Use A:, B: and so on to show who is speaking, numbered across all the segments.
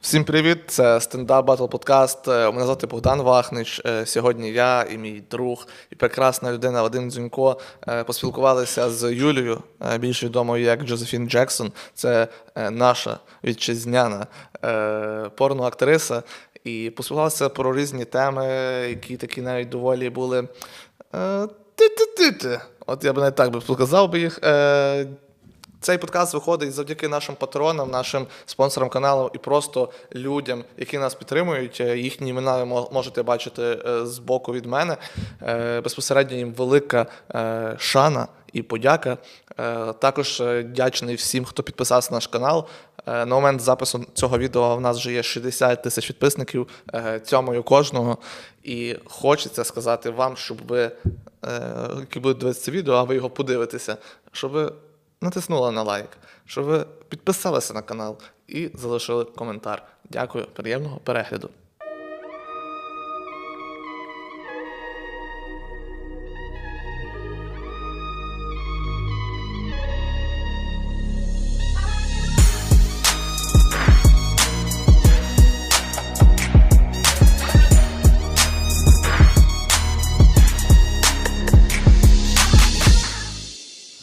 A: Всім привіт! Це стендап Батл Подкаст. Е, Мене звати Богдан Вахнич. Е, Сьогодні я і мій друг і прекрасна людина Вадим Дзюнько е, поспілкувалися з Юлією, е, більш відомою як Джозефін Джексон. Це е, наша вітчизняна е, порноактриса. І поспілкувалися про різні теми, які такі навіть доволі були. е, Ти-ти-ти-ти. От я б навіть так би показав би їх. Е, цей подкаст виходить завдяки нашим патронам, нашим спонсорам каналу і просто людям, які нас підтримують. Е, Їхні імена ви мо- можете бачити е, з боку від мене. Е, Безпосередньо їм велика е, шана і подяка. Е, Також е, дячний всім, хто підписався на наш канал. Е, На момент запису цього відео в нас вже є 60 тисяч підписників е, цьому і кожного. І хочеться сказати вам, щоб ви, е, які будуть дивитися це відео, а ви його подивитеся, щоб ви натиснула на лайк, щоб ви підписалися на канал і залишили коментар. Дякую, приємного перегляду.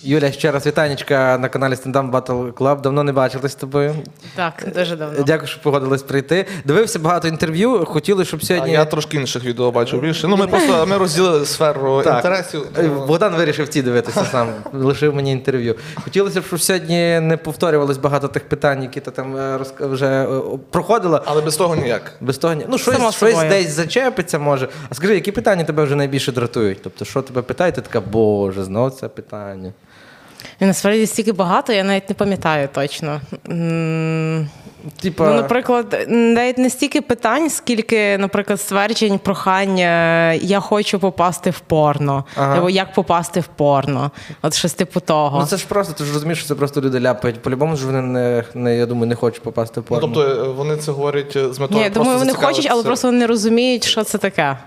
B: Юля, ще раз вітанечка на каналі Stand Up Battle Club. Давно не бачились з тобою.
C: Так, дуже давно.
B: Дякую, що погодились прийти. Дивився багато інтерв'ю. Хотіли, щоб
A: А
B: сьогодні
A: я трошки інших відео бачив більше. Ну, ми просто ми розділили сферу
B: Так.
A: інтересів.
B: Е, Богдан вирішив ці дивитися сам, лишив мені інтерв'ю. Хотілося б, щоб сьогодні не повторювалось багато тих питань, які ти там е, розк- вже е, о, проходила.
A: Але без того ніяк.
B: Без того ні. Ну,
C: Само
B: щось, щось
C: собою.
B: десь зачепиться, може. А скажи, які питання тебе вже найбільше дратують? Тобто, що тебе питає, ти така, боже, знов це питання.
C: І насправді стільки багато, я навіть не пам'ятаю точно. М,
B: Типа,
C: Ну, наприклад, навіть не стільки питань, скільки, наприклад, стверджень, прохання я хочу попасти в порно,
B: Ага.
C: або як попасти в порно. От щось типу того.
B: Ну це ж просто, ти ж розумієш, що це просто люди ляпають. По-любому ж вони не, не я думаю, не хочуть попасти в
A: Ну,
B: порно.
A: тобто е, вони це говорять е, з метою.
C: Ні, я
A: просто
C: думаю, вони
A: зацікавитися.
C: хочуть, але просто вони не розуміють, що це таке.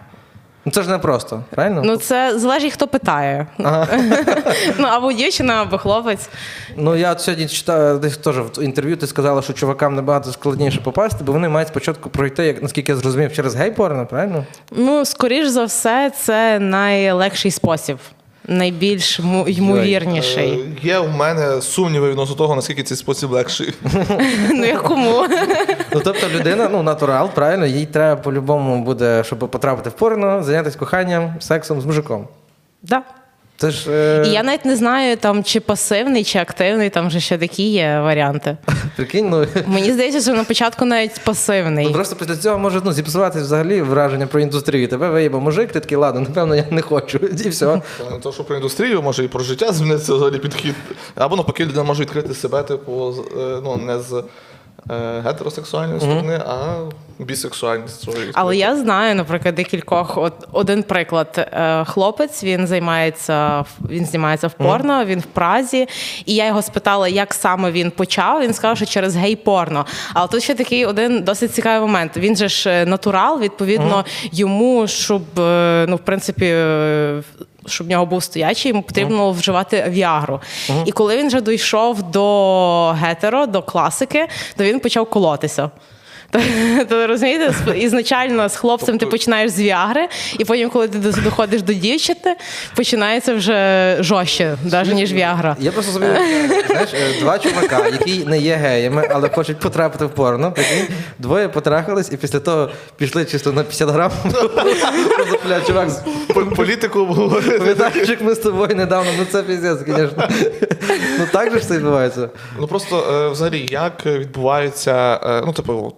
B: Ну, це ж не просто, правильно?
C: Ну це залежить, хто питає. ну або дівчина, або хлопець.
B: Ну я от сьогодні читав десь теж в інтерв'ю. Ти сказала, що чувакам набагато складніше попасти, бо вони мають спочатку пройти, як наскільки я зрозумів, через гей-порно, правильно?
C: Ну, скоріш за все, це найлегший спосіб, найбільш му- ймовірніший.
A: Е, Є в мене сумніви відносно того, наскільки цей спосіб легший.
C: ну якому?
B: Ну тобто людина, ну натурал, правильно, їй треба по-любому буде, щоб потрапити в порно, зайнятися коханням, сексом з мужиком.
C: да.
B: Це ж е,
C: І я навіть не знаю, там чи пасивний, чи активний, там вже ще такі є варіанти.
B: прикинь, ну.
C: Мені здається, що на початку навіть
B: Ну,
C: пасивний.
B: просто після цього може ну, зіпсувати взагалі враження про індустрію. Тебе виїбав мужик, ти такий, ладно, напевно, я не хочу. І все.
A: Не то, Е, що про індустрію, може і про життя зміниться взагалі підхід. Або навпаки, людина може відкрити себе, типу, з, е, ну, не з е, гетеросексуальної сторони, а бісексуальної сторони.
C: Але я знаю, наприклад, декількох. От один приклад. Е, Хлопець він займається в- він знімається в порно, він в Празі. І я його спитала, як саме він почав. Він сказав, що через гей-порно. Але тут ще такий один досить цікавий момент. Він же ж е, натурал, відповідно, йому, щоб е, ну, в принципі. е, Щоб в нього був стоячий, йому потрібно вживати віагру. І коли він вже дійшов до гетеро, до класики, то він почав колотися. То, то розумієте, сп- ізначально з хлопцем ти
A: Тобто-
C: починаєш з віагри, і потім, коли ти дос- доходиш до дівчини, починається вже жорстче, навіть ніж віагра.
B: Я просто собі знаєш, е, два чувака, які не є геями, але хочуть потрапити в порно. прикинь, Двоє потрахались і після того пішли чисто на 50 грам. Просто, бля, чувак,
A: По- політику обговорити.
B: пам'ятаєш, як ми з тобою недавно, ну це піздець, звісно. Ну так же ж це відбувається.
A: Ну просто е, взагалі, як е, відбувається, е, ну, типу,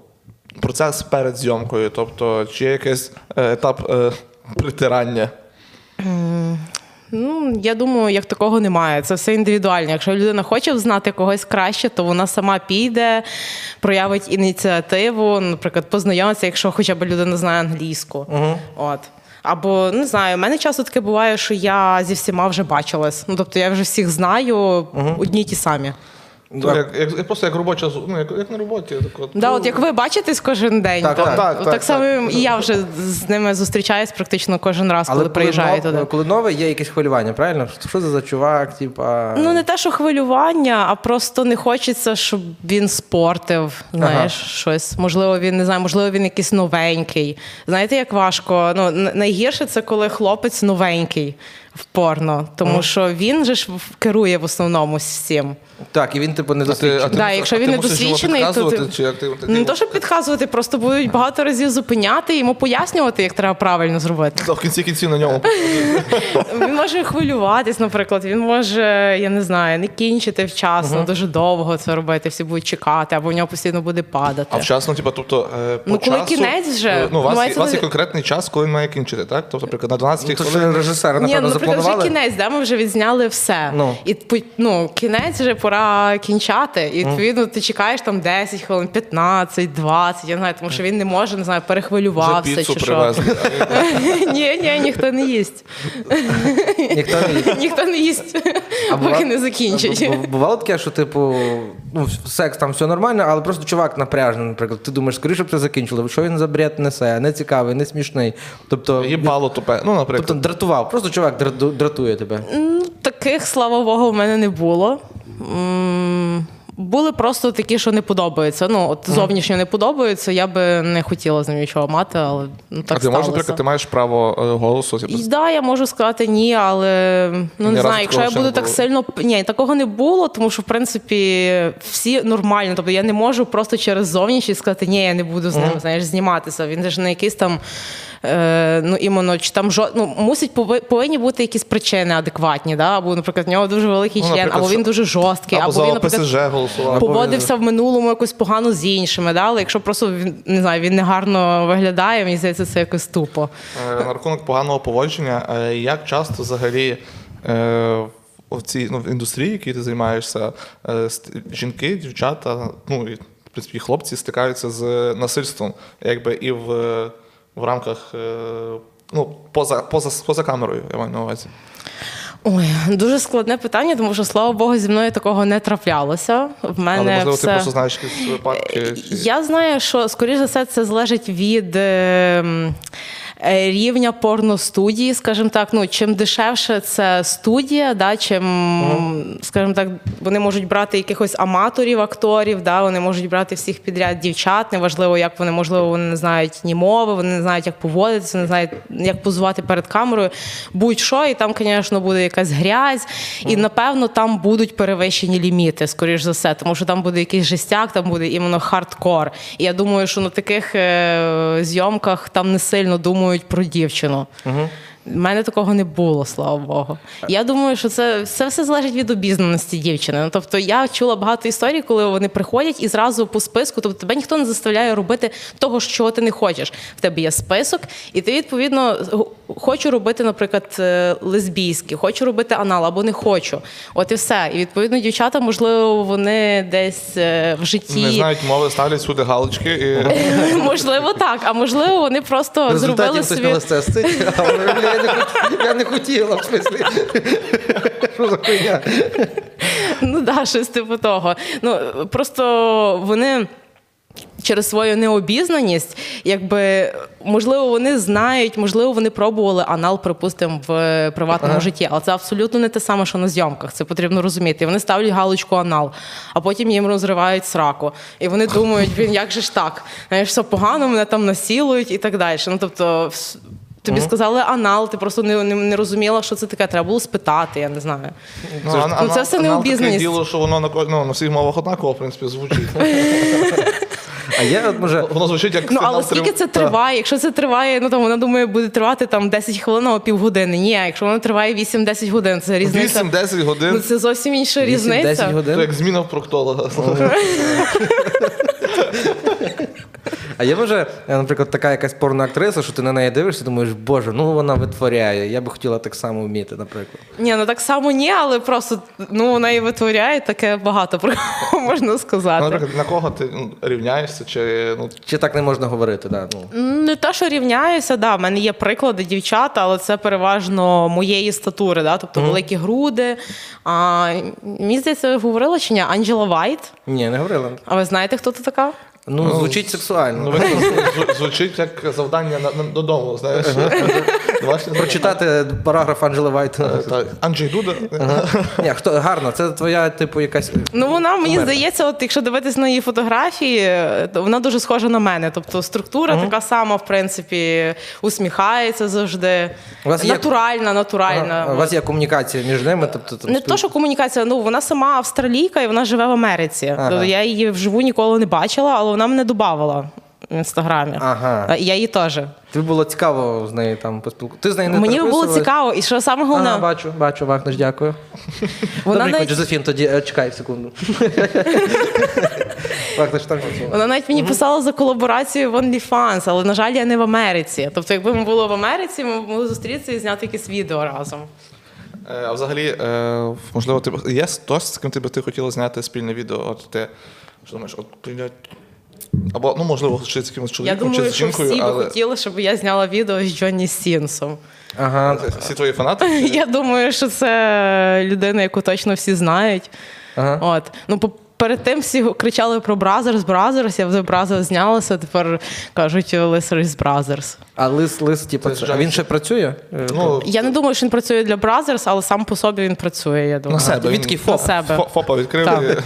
A: процес перед зйомкою, тобто, чи є якийсь е, етап е, притирання.
C: Ну, я думаю, як такого немає. Це все індивідуально. Якщо людина хоче знати когось краще, то вона сама піде, проявить ініціативу, наприклад, познайомиться, якщо хоча б людина знає англійську. От. Або не знаю, в мене часто таке буває, що я зі всіма вже бачилась. Ну тобто я вже всіх знаю, одні й ті самі.
A: То як, як, як просто як робоча зу- ну, як, як на роботі. Так от,
C: Да,
A: ну,
C: от як ви бачитесь кожен день,
B: Так,
C: то
B: так,
A: так,
C: так,
A: так,
C: само
A: так.
C: і я вже з ними зустрічаюсь практично кожен раз, коли, приїжджаю
B: нов-
C: туди.
B: коли нове, є якесь хвилювання, правильно? Що- Що це за чувак? Типа...
C: Ну не те, що хвилювання, а просто не хочеться, щоб він спортив. Знаєш, щось. Можливо, він не знаю, можливо, він якийсь новенький. Знаєте, як важко? Ну н- найгірше це коли хлопець новенький в порно, тому що він же ж в- керує в основному всім.
B: Так, і він, типу, не
A: а ти- а ти
B: досвідчений.
C: Да,
A: мус-
C: якщо
A: а ти
C: він не
A: мусиш йому
C: досвідчений, то ти- Ну,
A: підказувати, чи як ти- ти- ти
C: Не
A: йому-
C: то, щоб підказувати, просто будуть багато разів зупиняти, йому пояснювати, як треба правильно зробити.
A: Та в кінці кінці на
C: Е,
A: ньому.
C: Він може хвилюватись, наприклад. Він може, я не знаю, не кінчити вчасно, дуже довго це робити. Всі будуть чекати, або в нього постійно буде падати.
A: А вчасно, типу, тобто, е, по
C: Ну, коли
A: часу,
C: кінець вже,
A: е, ну, у
C: ну,
A: вас,
C: мається
A: у вас є
C: на- Ну,
A: конкретний час, коли він має кінчити, так? Тобто, наприклад, на 12
B: То
A: хвилин.
B: ще режисери,
C: Ні, ну,
B: напевно,
C: наприклад, вже
B: запланували.
C: кінець, да, ми вже відзняли все.
B: Ну.
C: І пу- ну, кінець вже пора кінчати. І відповідно ти чекаєш там 10 хвилин, 15, 20, я не знаю, тому що він не може, не знаю,
A: Вже
C: перехвилювався
A: піцу
C: чи що.
A: привезли. а він-
C: Ні, ні, ніхто не їсть.
B: Ніхто не
C: Ніхто не їсть,
B: бува-
C: поки не закінчить.
B: Ну, Бу- бу- Бувало таке, що типу, ну, секс там все нормально, але просто чувак напряжений, наприклад. Ти думаєш, скоріше б це закінчили, що він за бред несе, не цікавий, не смішний. Тобто,
A: Їбало тупе. Ну, наприклад.
B: тобто дратував, просто чувак драту- дратує тебе.
C: Ну, таких, слава Богу, в мене не було. М, Були просто такі, що не подобаються. Ну, от зовнішньо не подобаються, я би не хотіла з ним нічого мати, але ну, так
A: а ти можеш,
C: сталося.
A: наприклад, ти маєш право е, голосу. Типу,
C: І, да, я можу сказати ні, але ну
A: Ні
C: не
A: разу
C: знаю, якщо
A: такого
C: я
A: ще не
C: буду так
A: було.
C: сильно ні, такого не було, тому що в принципі всі нормально. Тобто я не можу просто через зовнішність сказати, ні, я не буду з ним знаєш, зніматися. Він же ж не якийсь там. Е, ну, іменно, чи там жо... ну, мусить пови- повинні бути якісь причини адекватні, да? або, наприклад, в нього дуже великий
A: Ну,
C: член,
A: наприклад,
C: або він дуже жорсткий,
A: або
C: або,
A: за
C: він, наприклад,
A: ОПСЖ голосував.
B: Або-
C: поводився в минулому якось погано з іншими. Да? Але якщо просто він не знаю, він негарно виглядає, мені здається, це якось тупо.
A: Е, На рахунок поганого поводження, е, як часто взагалі е, в цій ну, в індустрії, якій ти займаєшся, е, ст- жінки, дівчата, ну і в принципі і хлопці стикаються з насильством, якби і в, е, в рамках е, ну, поза, поза, поза камерою, я маю на увазі.
C: Ой, дуже складне питання, тому що слава Богу, зі мною такого не траплялося. В мене
A: Але можливо,
C: все... Е,
A: ти просто знаєш якісь випадки. Чи...
C: Я знаю, що скоріш за все це залежить від е, м, е, рівня порностудії, скажімо так. Ну, чим дешевше це студія, да, чим, скажімо так, вони можуть брати якихось аматорів, акторів, да, вони можуть брати всіх підряд дівчат, неважливо, як вони, можливо, вони не знають ні мови, вони не знають, як поводитися, не знають, як позувати перед камерою, будь-що, і там, звісно, буде якась грязь, і напевно там будуть перевищені ліміти, скоріш за все, тому що там буде якийсь жестяк, там буде іменно хардкор. І я думаю, що на таких е- зйомках там не сильно думають про дівчину. У мене такого не було, слава Богу. Я думаю, що це, це все залежить від обізнаності дівчини. Ну, тобто я чула багато історій, коли вони приходять і зразу по списку, тобто тебе ніхто не заставляє робити того, чого ти не хочеш. В тебе є список, і ти відповідно г- хочу робити, наприклад, е, лесбійські, хочу робити анал або не хочу. От і все. І відповідно дівчата, можливо, вони десь е, в
A: Не
C: житті
A: знають мови, ставлять сюди галочки. І...
C: можливо так, а можливо, вони
B: В
C: просто
B: результаті
C: зробили
B: хтось
C: Ну, собі.
B: на листе сидить, а вона, «Бля, я не хот- я не хотіла, в смислі. Що за хуйня?
C: Ну да, щось типу того. Ну просто вони. Через свою необізнаність, якби можливо, вони знають, можливо, вони пробували анал, припустимо, в е, приватному житті, але це абсолютно не те саме, що на зйомках. Це потрібно розуміти. І Вони ставлять галочку анал, а потім їм розривають сраку. І вони думають, він як же ж так? Знаєш, все погано, мене там насілують і так далі. Ну тобто, вс- тобі сказали анал, ти просто не, не, не розуміла, що це таке. Треба було спитати, я не знаю.
A: Ну,
B: Це ж-
A: а-
C: ну,
A: а-
C: це все
A: а-
C: не
A: нам таке
C: обізнаність.
A: Діло, що воно на, ко- ну, на всіх мовах однаково, в принципі, звучить.
B: А я от може.
A: Воно звучить як
C: Ну,
A: сигнал
C: але скільки
A: трим-
C: це триває? Якщо це триває, ну там вона думає, буде тривати там 10 хвилин або півгодини. Ні, а якщо воно триває 8-10 годин, це різниця.
A: 8-10
C: Ну
A: годин.
C: це зовсім інша різниця.
B: 10
A: Це
B: годин.
A: як зміна в проктолога.
B: А є може, е, наприклад, така якась порноактриса, що ти на неї дивишся, і думаєш, боже, ну вона витворяє. Я би хотіла так само вміти, наприклад.
C: Ні, ну так само ні, але просто ну вона і витворяє таке багато про кого можна
A: Ну,
C: сказати.
A: Наприклад, на кого ти ну, рівняєшся? Чи ну
B: Чи так не можна говорити? Да, ну.
C: Не те, що рівняюся, да, в мене є приклади дівчат, але це переважно моєї статури, да, тобто великі груди. А, мені здається, я говорила чи ні, Анджела Вайт.
B: Ні, не говорила.
C: А ви знаєте, хто це така?
B: Ну, звучить сексуально.
A: ну ви зв- звучить як завдання на, на- додому, знаєш? Домашнє завдання.
B: Прочитати параграф Анджели Вайт.
A: Так, Анджей Дуда.
B: Ні, хто гарно, це твоя, типу, якась.
C: Ну, вона мені здається, от якщо дивитись на її фотографії, то вона дуже схожа на мене. Тобто структура така сама, в принципі, усміхається завжди.
B: У вас є-
C: натуральна, натуральна.
B: Ага, У вас є комунікація між ними, тобто там
C: Не
B: спіл-
C: Ну, то, що комунікація, ну вона сама австралійка і вона живе в Америці.
B: Ага.
C: Тобто я її вживу ніколи не бачила, але вона мене додавала в інстаграмі.
B: Ага.
C: А Я її теж.
B: Тобі було цікаво з нею там поспілкуватися. Ти з нею не
C: Мені було
B: переписувалась?
C: цікаво, і що саме головне,
B: Ага, бачу, бачу, Вахнеш, дякую.
C: Вона
B: Добренько,
C: навіть-
B: Джозефін, тоді е, чекай секунду. Вахнеш, там щось було.
C: вона навіть мені писала за колаборацію в OnlyFans, але на жаль, я не в Америці. Тобто, якби ми були в Америці, ми могли зустрітися і зняти якесь відео разом.
A: Е, А взагалі, е, можливо, ти б- є хтось, з ким ти би ти хотіла зняти спільне відео? От ти що думаєш, от блядь. Або ну можливо, чи з якимось
C: я
A: чоловіком,
C: думаю,
A: чи з
C: що
A: жінкою,
C: всі би
A: але
C: хотіли, щоб я зняла відео з Джонні Сінсом.
B: Ага.
A: всі твої фанати.
C: Я думаю, що це людина, яку точно всі знають.
B: Ага.
C: От. Ну, по- перед тим всі кричали про Бразерс, Бразерс, я вже Бразерс знялася, тепер кажуть Лисерс Бразерс.
B: А лис, лис, типу,
A: Це
B: це-
A: ж
B: а він
A: Джонсон.
B: ще працює? Е,
A: Ну,
C: Я не думаю, що він працює для Бразерс, але сам по собі він працює, я думаю.
A: На себе.
B: Він такий
C: На
B: фоп.
C: себе.
A: фо- Фопа відкрили.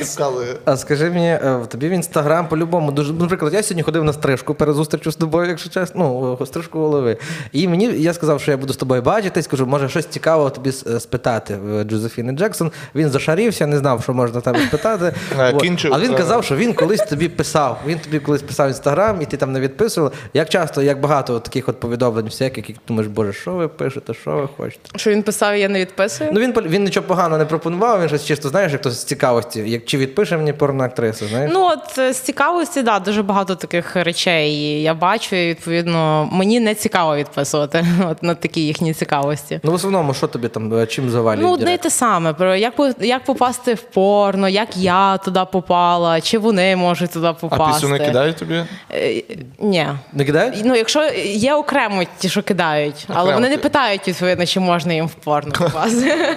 A: і вкали.
B: А скажи мені, е, в тобі в інстаграм по-любому дуже. Наприклад, я сьогодні ходив на стрижку перед зустрічю з тобою, якщо чесно, ну, стрижку голови. І мені я сказав, що я буду з тобою бачитись, кажу, може щось цікавого тобі с- е, спитати в Джозефіни Джексон. Він зашарівся, не знав, що можна там спитати.
A: Е,
B: От.
A: кінчив,
B: Але він
A: е,
B: казав, що він колись тобі писав. Він тобі колись писав в інстаграм, і ти там не відписував. Як часто, як багато от таких от повідомлень всяких, які ти думаєш, боже, що ви пишете, що ви хочете?
C: Що він писав, я не відписую.
B: Ну він пол- він нічого поганого не пропонував. Він щось чисто знаєш, як то з цікавості, як чи відпише мені порноактриса, знаєш?
C: Ну от е, з цікавості, да, дуже багато таких речей я бачу, і відповідно мені не цікаво відписувати от, на такі їхні цікавості.
B: Ну, в основному, що тобі там е, чим завалюють?
C: Ну, одне й
B: директ?
C: те саме. Про як по- як попасти в порно, як я туди попала, чи вони можуть туди попасти.
A: А пісню не кидають тобі?
C: Е, Ні.
B: Не кидають?
C: Ну, якщо є окремо ті, що кидають, але
A: Окремо
C: вони не
A: ті.
C: питають відповідно, чи можна їм в порно попасти.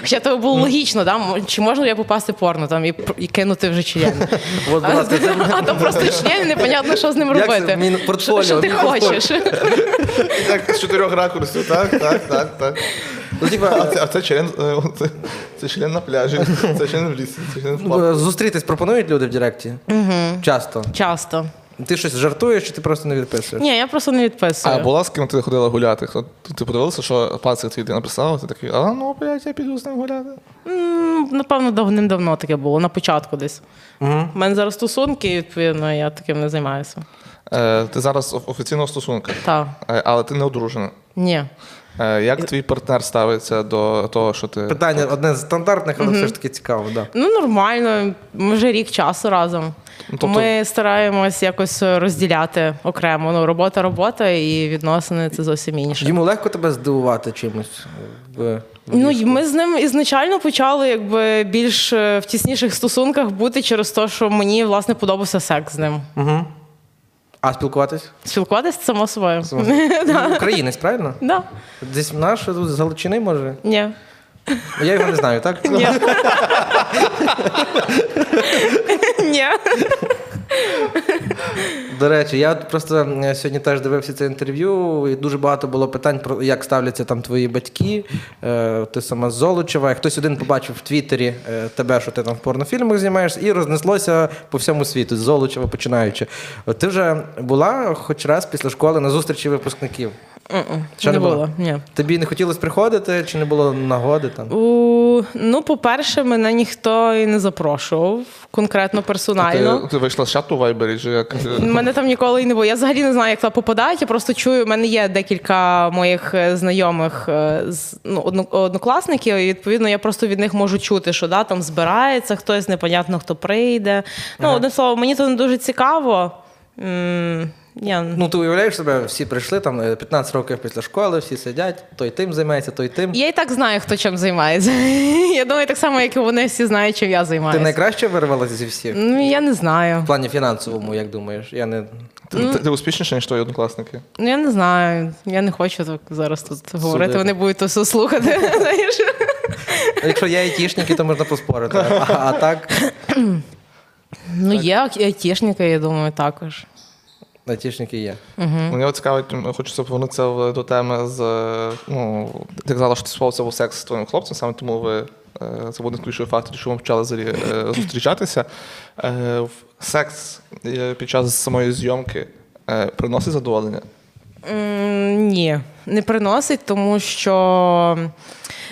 C: Хоча то було логічно, да? м- чи можна я попасти в порно там і, пр- і кинути вже член.
B: От, будь
C: А,
B: ласка, це
C: а то просто член, і непонятно, що з ним
B: Як це?
C: робити.
B: Мій портфоліо,
C: що ти
B: мій портфоліо.
C: хочеш?
A: Так, з чотирьох ракурсів, так, так, так, так.
B: ну,
A: А
B: типа,
A: це, а це член, е, це, це член на пляжі, це член в лісі, це член в парку.
B: е, зустрітись пропонують люди в Директі? Угу. Часто.
C: Часто.
B: Ти щось жартуєш, чи ти просто не відписуєш?
C: Ні, я просто не
A: А
C: відписую.
A: була з ким ти ходила гуляти? Хто ти подивилася, що пацик твій написав? Ти такий, а ну блядь, я піду з ним гуляти.
C: М, Напевно, давним-давно таке було, на початку десь.
B: Угу.
C: У мене зараз стосунки, і, відповідно, я таким не займаюся.
A: Е, ти зараз оф- офіційно в стосунках,
C: Та,
A: е, але ти не одружена.
C: ні.
A: Е, як твій партнер ставиться до того, що ти
B: Питання одне з стандартних, але все ж таки цікаво, да.
C: Ну, нормально, ми вже рік часу разом.
A: Ну, тобто-
C: Ми стараємось якось розділяти окремо. Ну, робота, робота і відносини це зовсім інше.
B: Йому легко тебе здивувати чимось. В, в
C: Ну, і
B: ліжку?
C: ми з ним ізначально почали якби більш е, в тісніших стосунках бути через те, що мені власне подобався секс з ним.
B: Мгм. А спілкуватись?
C: Спілкуватися само собою.
B: Ну, Українець, правильно?
C: Да.
B: Десь наш з Галичини, може?
C: Ні.
B: Я його не знаю, так?
C: Ні. Ні.
B: До речі, я от просто е, сьогодні теж дивився це інтерв'ю, і дуже багато було питань про як ставляться там твої батьки. Е, ти сама з Золочева. І Хтось один побачив в Твіттері е, тебе, що ти там в порнофільмах знімаєш, і рознеслося по всьому світу, з Золочева починаючи. От ти вже була хоч раз після школи на зустрічі випускників.
C: М-м,
B: Ще не
C: не
B: було?
C: було. Ні.
B: Тобі не хотілося приходити, чи не було нагоди там?
C: У, ну, по-перше, мене ніхто і не запрошував конкретно персонально.
A: Ти, ти вийшла з чату в Вайбері, чи як?
C: Мене там ніколи і не було. Я взагалі не знаю, як туди попадають. Я просто чую. У мене є декілька моїх е, знайомих е, з ну, одно- однокласників, і відповідно я просто від них можу чути, що да, там збирається хтось, непонятно хто прийде. Ну, одним словом, мені то не дуже цікаво. М, Я...
B: Ну, ти уявляєш себе, всі прийшли там е, 15 років після школи, всі сидять, той тим займається, той тим.
C: Я і так знаю, хто чим займається. Я думаю, так само, як і вони всі знають, чим я
B: Ти
C: займаюся.
B: найкраще вирвалася зі всіх?
C: Ну, я не знаю.
B: В плані фінансовому, як думаєш? Я не.
A: Ти, ти, ти успішніша, ніж твої однокласники?
C: Ну, я не знаю. Я не хочу так зараз тут говорити. Вони будуть то все слухати. Знаєш?
B: Якщо є айтішники, то можна поспорити. А, а так,
C: Ну, є айтішники, я думаю, також.
B: айтішники є.
A: Мені от цікавить, м, хочеться повернутися в- до теми з. е, Ну, ти казала, що ти спробувався був секс з твоїм хлопцем, саме тому ви. е, Це був один з ключових факторів, що ми почали взагалі, е, зустрічатися. Е, в- Секс е, під час самої зйомки е, приносить задоволення?
C: М, Ні, не приносить, тому що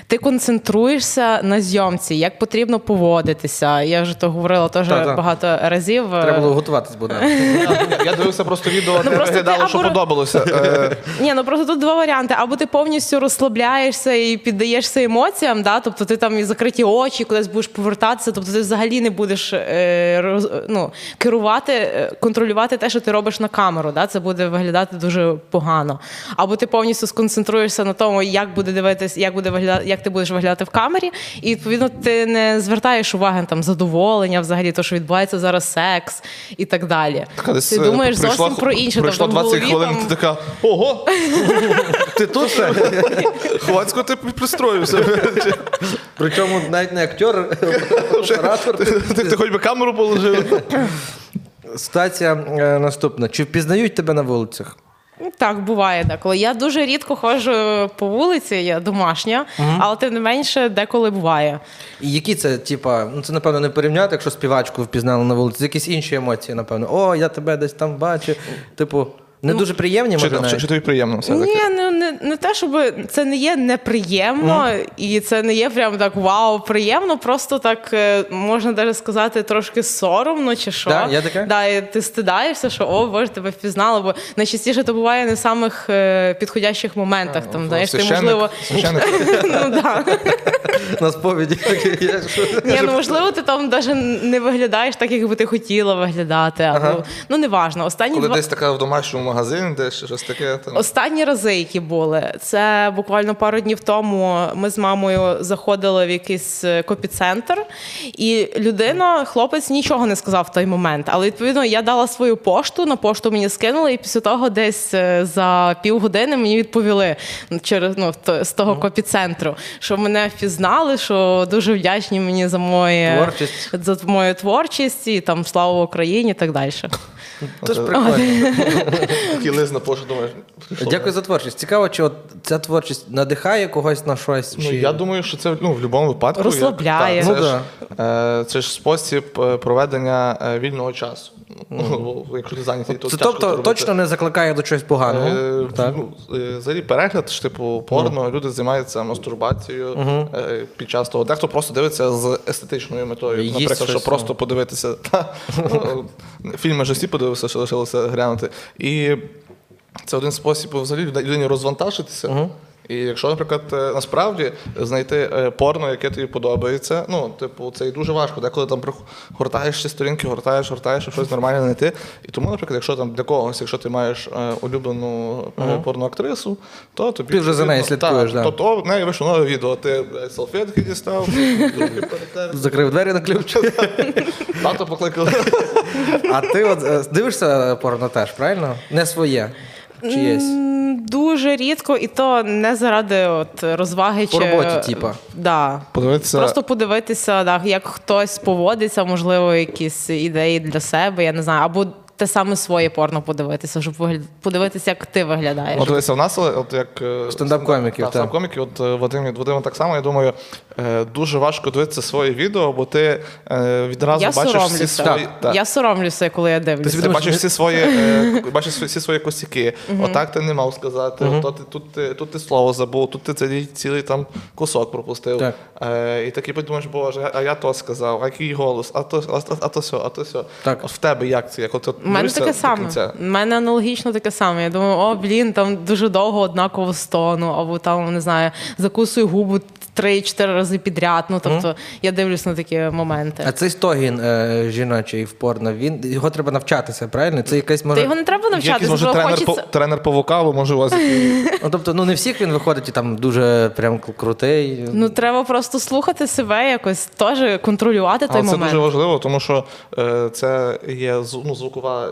C: ти концентруєшся на зйомці, як потрібно поводитися. Я вже то говорила теж
B: Та-та.
C: багато разів. е,
B: Треба було готуватись, буде.
A: Я- Я дивився просто відео,
C: Ну,
A: де
C: просто ти
A: виглядало, що
C: або-
A: подобалося. Е,
C: Ні, ну просто тут два варіанти. Або ти повністю розслабляєшся і піддаєшся емоціям, да? тобто ти там і закриті очі, кудись будеш повертатися, тобто ти взагалі не будеш е, роз, ну, керувати, е, контролювати те, що ти робиш на камеру. Да? Це буде виглядати дуже погано. Або ти повністю сконцентруєшся на тому, як буде дивитись, як буде виглядати, як ти будеш виглядати в камері, і відповідно ти не звертаєш уваги на там задоволення, взагалі то, що відбувається зараз секс і так далі.
A: така десь,
C: ти
A: е,
C: думаєш зовсім
A: пройшла-
C: про інше.
A: Пройшло
C: тобто в
A: 20
C: голові
A: хвилин,
C: там-
A: ти така, ого,
B: Ти тут ще?
A: хвацько ти пристроївся.
B: Причому навіть не актер, а оператор.
A: Ти ти хоч би камеру положив.
B: Ситуація е, наступна. Чи впізнають тебе на вулицях?
C: Ну, Так, буває деколи. Я дуже рідко ходжу по вулиці, я домашня, але тим не менше деколи буває.
B: І які це, типа, ну це напевно не порівняти, якщо співачку впізнали на вулиці, якісь інші емоції, напевно. О, я тебе десь там бачу. Типу, не дуже приємні,
A: Ну, Чи-
B: може
A: Чи
B: навіть?
A: чи тобі приємно все таки?
C: Ні, ну не, не те, щоб це не є неприємно, і це не є прям так вау, приємно. Просто так е, можна навіть сказати трошки соромно чи що.
B: Да, є таке?
C: Да, і ти стидаєшся, що о, боже, тебе впізнали, бо найчастіше це буває не в самих е, підходящих моментах. там, знаєш, ти
A: Ну, Священник-
C: можливо.
A: священник
C: ну, да.
B: на сповіді. таке є, що-
C: Ні, ну можливо, ти там навіть не виглядаєш так, як би ти хотіла виглядати. або- Ну, неважно. Останні,
A: Коли
C: два...
A: десь така в домашньому магазині, де ще щось таке. Там.
C: Останні рази, які були, це буквально пару днів тому ми з мамою заходили в якийсь е, копіцентр, і людина, хлопець, нічого не сказав в той момент. Але відповідно я дала свою пошту, на пошту мені скинули, і після того десь е, за півгодини мені відповіли через ну, то- з того копіцентру, що мене впізнали, що дуже вдячні мені за моє
B: Творчість.
C: за мою творчість і там слава Україні і так далі.
B: Тож прикольно.
A: Такий лист на пошту, думаєш, прийшло.
B: Дякую за творчість. Цікаво, чи от ця творчість надихає когось на щось?
A: Ну,
B: чи-
A: я думаю, що це ну, в будь-якому випадку. як-
C: Розслабляє.
A: так, це,
B: Ну,
A: ж, е, це ж спосіб е, проведення е, вільного часу. Ну, бо Якщо ти зайнятий, то
B: Це
A: тяжко
B: тобто
A: зробити.
B: точно не закликає до чогось поганого.
A: Е,
B: Так.
A: ну, е, Взагалі перегляд ж типу порно, люди займаються мастурбацією е, під час того. Дехто просто дивиться з естетичною метою.
B: Їсть
A: Наприклад, що
B: щось,
A: просто подивитися. Та, е, Фільми ж всі подивилися, що лишилося глянути. І це один спосіб взагалі люд- людині розвантажитися. І якщо, наприклад, е, насправді знайти е, порно, яке тобі подобається, ну, типу, це і дуже важко. Деколи там прох- гортаєш ці сторінки, гортаєш, гортаєш, щоб щось нормальне знайти. І тому, наприклад, якщо там для когось, якщо ти маєш е, улюблену е, порноактрису, то тобі
B: Ти вже за нею
A: потрібно-
B: слідкуєш,
A: Та,
B: да.
A: то, то в неї вийшло нове відео. Ти блядь, салфетки дістав, руки перетер,
B: Закрив двері на ключ.
A: тато покликав.
B: А ти от е, дивишся порно теж, правильно? Не своє. Чиєсь.
C: М, Дуже рідко, і то не заради от розваги
B: По
C: чи
B: роботі, типа.
C: Да.
A: Подивитися.
C: Просто подивитися, да, як хтось поводиться, можливо, якісь ідеї для себе, я не знаю, або те саме своє порно подивитися, щоб вигля- подивитися, як ти виглядаєш.
A: От дивися, в нас е, от як е, та,
B: Стендап-коміків,
A: стендап-коміки, от е, Вадим від Вадима так само. Я думаю, е, дуже важко дивитися свої відео, бо ти е, відразу
C: Я
A: бачиш всі
C: соромлюся.
A: свої. та.
C: Я соромлюся, коли я
A: Ти
C: дивлюся.
A: собі
B: Тому що
A: бачиш
B: ми-
A: всі свої е, к- бачиш всі свої косяки. Отак ти не мав сказати. Ото ти тут ти тут ти слово забув, тут ти цілий, цілий там кусок пропустив.
B: Так.
A: Е, і такий подумаєш, боже, а я то сказав, а який голос, а то а, а, а то сьо, а то сьо.
B: Так.
A: От в тебе як це? Як от, от
C: У мене
A: дивишся
C: таке
A: до
C: саме.
A: кінця?
C: У мене аналогічно таке саме. Я думаю, о, блін, там дуже довго однаково стону, або там не знаю, закусую губу три-чотири рази підряд. Ну тобто я дивлюсь на такі моменти.
B: А цей стогін е, жіночий в порно, він його треба навчатися, правильно? Це якась
C: Та
B: може.
C: його не треба навчати,
A: Якийсь, може,
C: просто
A: тренер,
C: Ну, хочеться.
A: по, тренер по вокалу, може, у вас
B: Ну, тобто, ну не всіх він виходить і там дуже прям к- крутий.
C: Ну треба просто слухати себе якось, теж контролювати той
A: Але це
C: момент.
A: дуже важливо, тому що е, це є з- ну, звукова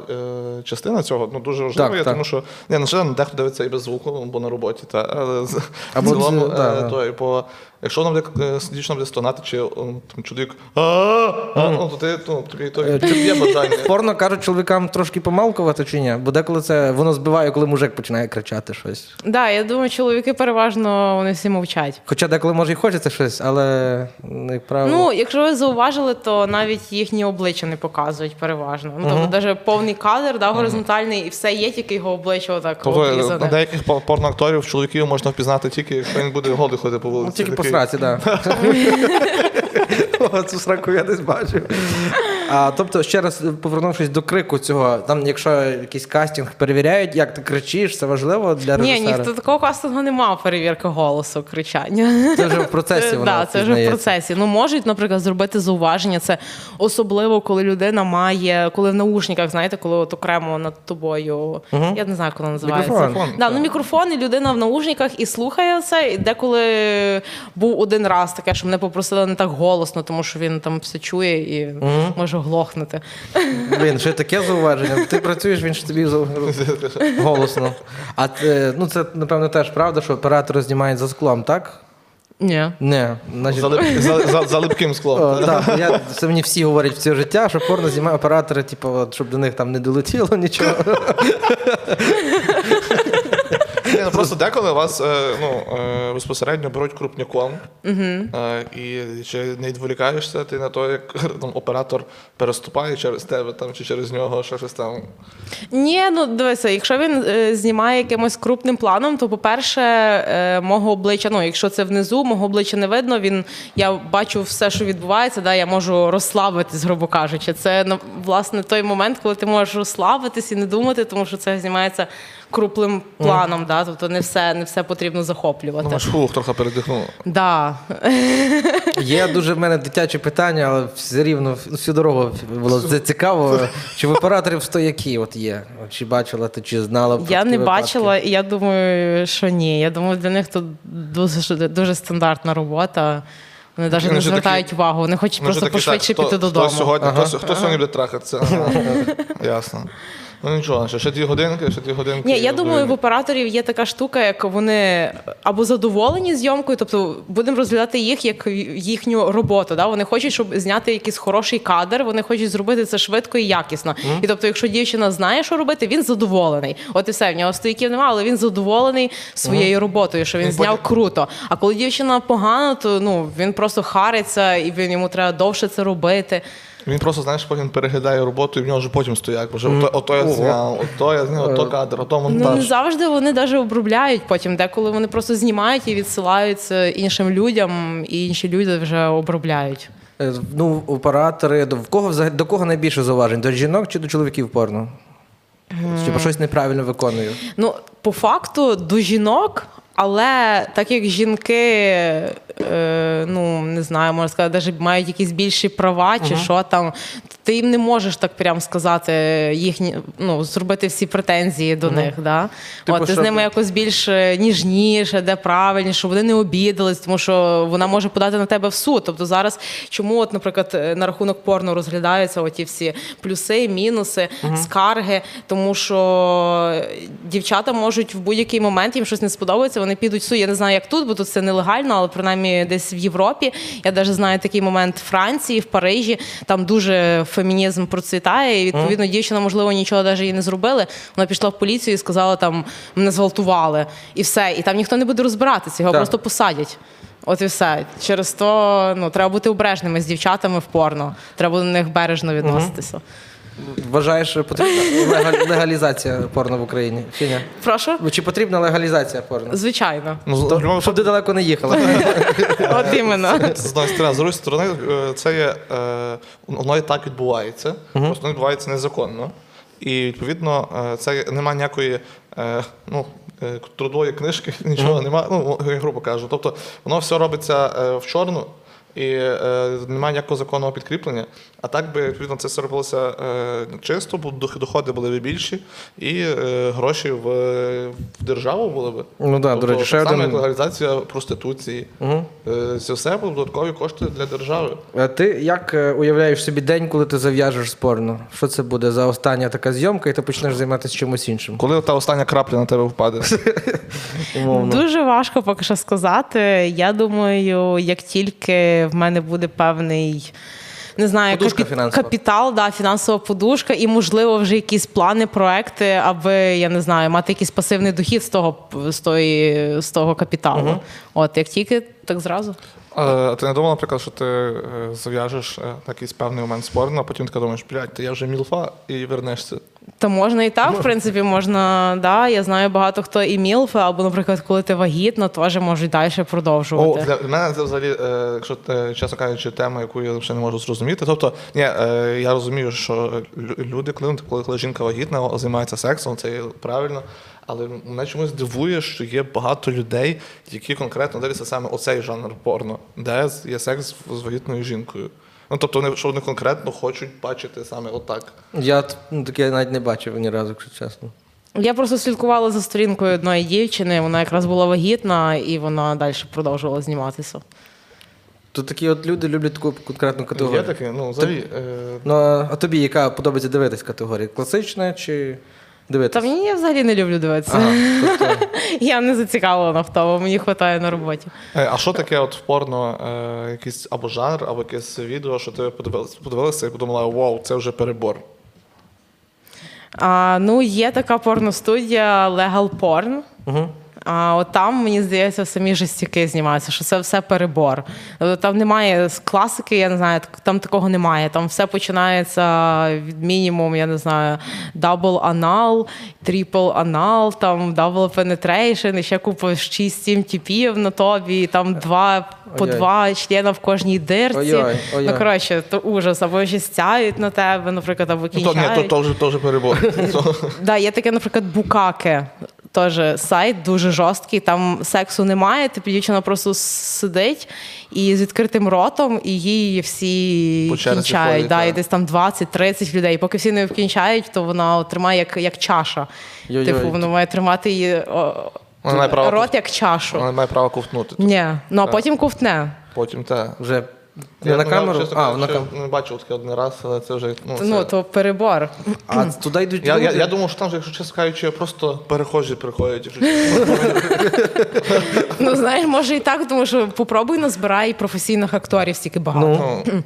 A: е, частина цього. Ну дуже важливо,
B: Так,
A: є,
B: так.
A: тому що ні, ну, звичайно, дехто дивиться і без звуку, ну, бо на роботі. Та але з-
B: Або
A: в цілому,
B: це, да,
A: е,
B: да.
A: той, бо якщо нам буде е, дійсно буде стонати, чи е, там, чоловік «А-а-а», а, ну, то ти ну, тобі то
B: Е,
A: є бажання.
B: В порно кажуть чоловікам трошки помалкувати чи ні? Бо деколи це воно збиває, коли мужик починає кричати щось.
C: Да, я думаю, чоловіки переважно вони всі мовчать.
B: Хоча деколи може і хочеться щось, але ну, як правило.
C: Ну, якщо ви зауважили, то навіть їхні обличчя не показують переважно. Ну тобто, навіть повний кадр, да, горизонтальний, і все є, тільки його обличчя отак
A: Тобто на
C: обрізане.
A: деяких по- порноакторів чоловіків можна впізнати тільки, якщо він буде голий ходити по вулиці.
B: Ну, тільки по
A: такий.
B: сраці, так. Цю сраку я десь бачив. А, тобто, ще раз повернувшись до крику цього, там, якщо якийсь кастинг перевіряють, як ти кричиш, це важливо для
C: Ні,
B: режисера?
C: ніхто такого кастингу не мав перевірки голосу, кричання.
B: Це вже в процесі воно
C: Да, це вже в
B: пізнається.
C: процесі. Ну можуть, наприклад, зробити зауваження. Це особливо, коли людина має, коли в наушниках, знаєте, коли от окремо над тобою. Я не знаю, як воно називається.
B: Мікрофон.
C: Да, ну мікрофон, і людина в наушниках і слухає це. І деколи був один раз таке, що мене попросили не так голосно, тому що він там все чує і може глохнути.
B: Блін, ще таке зауваження. Ти працюєш, він ж тобі зау- голосно. А це, ну, це, напевно, теж правда, що оператори знімають за склом, так?
C: Ні.
B: Ні, значить,
A: За, лип- за, за, за липким склом.
B: О, да, я, це мені всі говорять все життя, що порно знімає оператори, типу, от, щоб до них там не долетіло нічого.
A: Ні, ну просто деколи вас е, ну, е, безпосередньо беруть крупняком, е, і чи не відволікаєшся ти на те, як там, оператор переступає через тебе там, чи через нього, ще щось там.
C: Ні, ну дивися, якщо він е, знімає якимось крупним планом, то, по-перше, е, мого обличчя, ну якщо це внизу, мого обличчя не видно, він я бачу все, що відбувається, да, я можу розслабитись, грубо кажучи. Це ну, власне той момент, коли ти можеш розслабитись і не думати, тому що це знімається крупним планом, да, тобто не все, не все потрібно захоплювати.
A: Ну, аж фух, трохи передихнув.
C: да.
B: Є дуже в мене дитяче питання, але все рівно всю дорогу було це цікаво. Чи в операторів стояки от є? Чи бачила ти, чи знала? про
C: Я
B: такі
C: не
B: випадки?
C: бачила, і я думаю, що ні. Я думаю, для них тут дуже, дуже стандартна робота. Вони навіть
A: Вони
C: не
A: вже
C: звертають
A: такі-
C: увагу, вони хочуть
A: Ми ж
C: просто
A: такі,
C: пошвидше
A: так,
C: піти
A: хто-
C: додому.
A: Хто сьогодні, хто, сьо- хто сьогодні буде трахатися? Ага, Ясно. Ну нічого, ще, ще дві годинки, ще дві годинки.
C: Ні,
A: і
C: я думаю, в
A: обговоримо.
C: операторів є така штука, як вони або задоволені зйомкою, тобто будемо розглядати їх як їхню роботу. Да? Вони хочуть, щоб зняти якийсь хороший кадр, вони хочуть зробити це швидко і якісно. І тобто, якщо дівчина знає, що робити, він задоволений. От і все, в нього стояків немає, але він задоволений своєю роботою, що він
A: Ну,
C: зняв
A: потім-
C: круто. А коли дівчина погана, то ну він просто хариться і він йому треба довше це робити.
A: Він просто, знаєш, потім переглядає роботу, і в нього вже потім стояк. Боже, ото, ото я
B: Ого.
A: зняв, ото я зняв, ото кадр, ото
C: Ну, не
A: монтаж.
C: завжди вони навіть обробляють потім, деколи вони просто знімають і відсилають це іншим людям, і інші люди вже обробляють.
B: Е, Ну, оператори до в кого взагалі до кого найбільше зауважень? До жінок чи до чоловіків порно? Типу щось неправильно виконую.
C: Ну, по факту, до жінок, але так як жінки, е, ну не знаю, можна сказати, навіть мають якісь більші права чи що там, ти їм не можеш так прямо сказати їхні, ну зробити всі претензії до них. Да?
B: Типу,
C: От, ти з
B: що
C: ними
B: ти-
C: якось більш е, ніжніше, де правильніше, щоб вони не обідались, тому що вона може подати на тебе в суд. Тобто зараз, чому, от, наприклад, е, на рахунок порно розглядаються оті всі плюси, мінуси, скарги, тому що е, дівчата можуть в будь-який момент їм щось не сподобається, вони підуть в суд. Я не знаю, як тут, бо тут це нелегально, але принаймні відомі десь в Європі. Я навіть знаю такий момент в Франції, в Парижі. Там дуже фемінізм процвітає. І відповідно дівчина, можливо, нічого навіть їй не зробили. Вона пішла в поліцію і сказала, там мене зґвалтували, і все. І там ніхто не буде розбиратися, його
B: Так.
C: просто посадять. От і все. Через то ну треба бути обережними з дівчатами в порно. Треба до них бережно відноситися.
B: Вважаєш, що потрібна лега- легалізація порно в Україні? Чи ні?
C: Прошу,
B: Чи потрібна легалізація порно?
C: звичайно.
A: Ну, з- з-
B: То, щоб ти далеко не їхала.
C: От іменно.
A: з одної сторони, з іншої сторони, е, це є е, воно і так відбувається, просто воно відбувається незаконно. І відповідно, е, це немає ніякої е, ну, е, трудової книжки, нічого немає. Ну, я грубо кажу. Тобто воно все робиться е, в чорну. І е, немає ніякого законного підкріплення. А так би відповідно це все робилося е, чисто, бо дох- доходи були б більші, і е, гроші в, в державу були б.
B: Ну да, до
A: Тобто,
B: речі, ще
A: так само,
B: один-
A: як легалізація проституції. Е, Це все були додаткові кошти для держави.
B: А ти як е, уявляєш собі день, коли ти зав'яжеш з порно? Що це буде за остання така зйомка, і ти почнеш займатися чимось іншим?
A: Коли та остання крапля на тебе впаде?
C: Дуже важко поки що сказати. Я думаю, як тільки в мене буде певний. Не знаю,
B: Подушка
C: капі-
B: фінансова.
C: капітал, да, фінансова подушка, і можливо вже якісь плани, проекти, аби я не знаю, мати якийсь пасивний дохід з того з, тої, з того капіталу. От як тільки так зразу.
A: А ти не думав, наприклад, що ти е, зав'яжеш е, на якийсь певний момент спорно, а потім ти думаєш, блядь, та я вже мілфа і вернешся.
C: Та можна і так, в принципі, можна. Да, я знаю багато хто і мілфи, або, наприклад, коли ти вагітна, теж можуть далі
A: О,
C: продовжувати.
A: для мене це взагалі, е, якщо е, чесно кажучи, тема, яку я ще не можу зрозуміти. Тобто, ні, е, я розумію, що лю- люди, коли, ну, коли, коли жінка вагітна, займається сексом, це є правильно. Але мене чомусь дивує, що є багато людей, які конкретно дивляться саме оцей жанр порно, де з- є секс з вагітною жінкою. Ну тобто вони що вони конкретно хочуть бачити саме отак.
B: Я т- ну, таке навіть не бачив ні разу, якщо чесно.
C: Я просто слідкувала за сторінкою одної дівчини, вона якраз була вагітна, і вона далі продовжувала зніматися.
B: Тут такі от люди люблять таку конкретну
A: Є
B: категорію.
A: таке, ну взагалі. Е,
B: Ну, а а тобі яка подобається дивитись категорія? Класична чи
C: Та
B: дивитись?
C: мені я взагалі не люблю дивитися. Я не зацікавлена в тому, мені вистачає на роботі.
A: Е, А що таке от в порно, е, якийсь або жанр, або якесь відео, що ти подивилася, подивилася і подумала, вау, це вже перебор. Ну,
C: А, ну, є така порностудія Legal Porn. А от там, мені здається, самі жестяки знімаються, що це все перебор. Тобто Там немає з класики, я не знаю, так- там такого немає. Там все починається від мінімум, я не знаю, дабл анал, трипл анал, там дабл пенетрейшн, і ще купа 6-7 типів на тобі, і там два по
B: Ой-ой.
C: два члена в кожній дирці.
B: Ой-ой, ой-ой.
C: Ну, коротше, то ужас, або ще стяють на тебе, наприклад, або
A: Ну, то, ні, то,
C: кінчають.
A: то, вже, то вже перебор. То-
C: Да, є таке, наприклад, букаке. Теж сайт дуже жорсткий, там сексу немає, типу дівчина просто сидить і з відкритим ротом, і її всі
A: По черзі
C: кінчають.
A: ходять,
C: Да,
A: так.
C: і десь там 20-30 людей. Поки всі не вкінчають, то вона от тримає як, як чаша.
B: Йой-йой.
C: Типу, вона має тримати її о,
A: Вона має право
C: рот
A: ков-
C: як чашу.
A: Вона має право ковтнути.
C: Ні. Ну а
A: Так.
C: потім ковтне.
A: Потім та.
B: Вже не
A: Я,
B: на
A: ну,
B: камеру?
A: Я, чесно
B: а, на
A: кажучи,
B: камеру.
A: не бачив таке один раз, але це вже. Ну, це...
C: Ну то перебор.
B: А туди йдуть
A: я,
B: люди?
A: я, я думав, що там, вже, якщо чесно кажучи, просто перехожі приходять. Вже...
C: ну знаєш, може і так, тому що попробуй назбирай професійних акторів стільки багато.
A: Ну,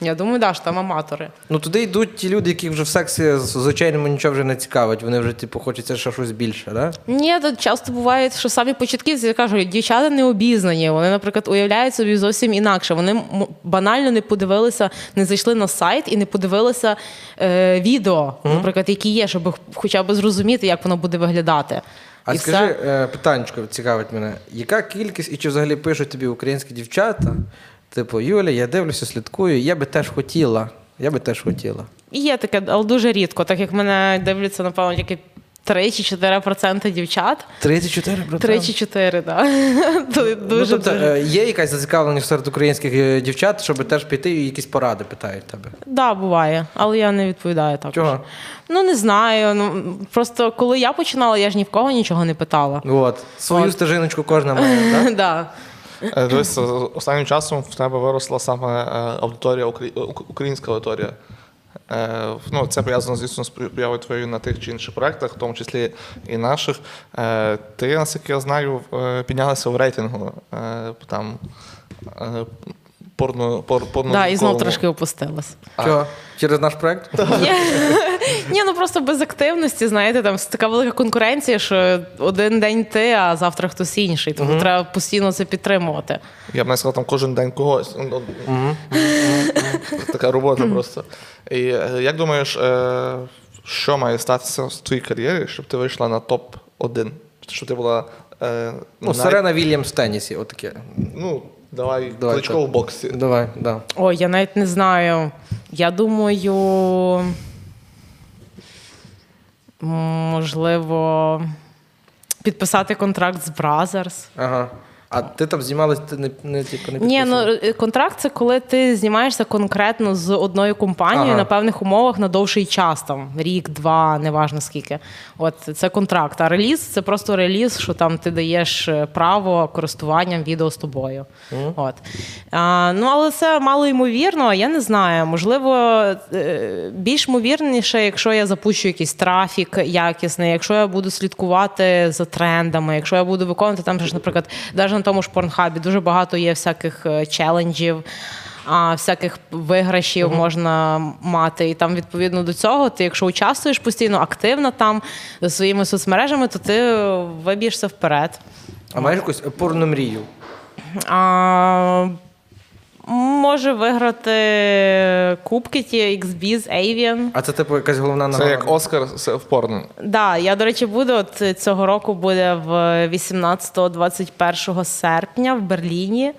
C: Я думаю, да, що там аматори.
B: Ну туди йдуть ті люди, яких вже в сексі звичайному нічого вже не цікавить. Вони вже, типу, хочеться ще щось більше, да?
C: Ні, тут часто буває, що самі початківці я кажу, дівчата не обізнані. Вони, наприклад, уявляють собі зовсім інакше. Вони м- банально не подивилися, не зайшли на сайт і не подивилися е, відео, наприклад, які є, щоб хоча б зрозуміти, як воно буде виглядати.
B: А
C: І
B: скажи,
C: все.
B: е, питанечко цікавить мене, яка кількість і чи взагалі пишуть тобі українські дівчата? Типу, Юля, я дивлюся, слідкую, я би теж хотіла. Я би теж хотіла.
C: І є таке, але дуже рідко, так як мене дивляться, напевно, тільки 3 чи 4% дівчат.
B: 34
C: 3 чи 4, так. Да.
B: Ну,
C: Дуже,
B: тобто,
C: дуже
B: е, є якась зацікавленість серед українських е, дівчат, щоб теж піти і якісь поради питають тебе.
C: Да, буває, але я не відповідаю також.
B: Чого?
C: Ну не знаю. Ну просто коли я починала, я ж ні в кого нічого не питала.
B: От. Свою
C: От.
B: стежиночку кожна має, так?
C: Да.
A: е, дивись, е, останнім часом в тебе виросла саме е, аудиторія, укра- е, ук- українська аудиторія. Е, Ну, це пов'язано, звісно, з появою твоєю на тих чи інших проєктах, в тому числі і наших. Е, Ти, наскільки я знаю, в- е, піднялася в рейтингу е, там е, порно, пор, порно
C: Да, і знов
A: колому.
C: трошки опустилась.
B: Чого? Через наш проект? Ну,
C: Ні. Ні, ну просто без активності, знаєте, там така велика конкуренція, що один день ти, а завтра хтось інший. Тому треба постійно це підтримувати.
A: Я б не сказав, там кожен день когось. Ну, Така робота просто. І е, як думаєш, е, що має статися в твоїй кар'єрі, щоб ти вийшла на топ-1? Щоб ти була. е,
B: Ну,
A: най-
B: Серена Вільямс в тенісі, отаке.
A: Ну, давай,
B: Давай
A: кличко
B: так.
A: в боксі.
B: Давай, да.
C: Ой, я навіть не знаю. Я думаю, м, можливо, підписати контракт з Бразерс.
B: Ага. А ти там знімалась, ти не, не, типу, не
C: Ні, ну
B: підписувала?
C: е, контракт це коли ти знімаєшся конкретно з одною компанією
B: Ага.
C: на певних умовах на довший час, там рік, два, неважно скільки. От це контракт. А реліз це просто реліз, що там ти даєш е, право користуванням відео з тобою. От. А, ну але це мало ймовірно, я не знаю. Можливо, е, більш ймовірніше, якщо я запущу якийсь трафік якісний, якщо я буду слідкувати за трендами, якщо я буду виконувати там, же ж, наприклад, навіть на тому ж порнхабі дуже багато є всяких е, челенджів. А всяких виграшів можна мати, і там відповідно до цього, ти якщо участвуєш постійно активно там зі своїми соцмережами, то ти е, виб'єшся вперед.
B: А маєш якусь порну мрію?
C: А, може виграти кубки ті XB's Avian.
B: А це типу якась головна
A: Це
B: нагорода?
A: як Оскар с- в порно.
C: Да, я, до речі, буду от цього року буде в 18-21 серпня в Берліні,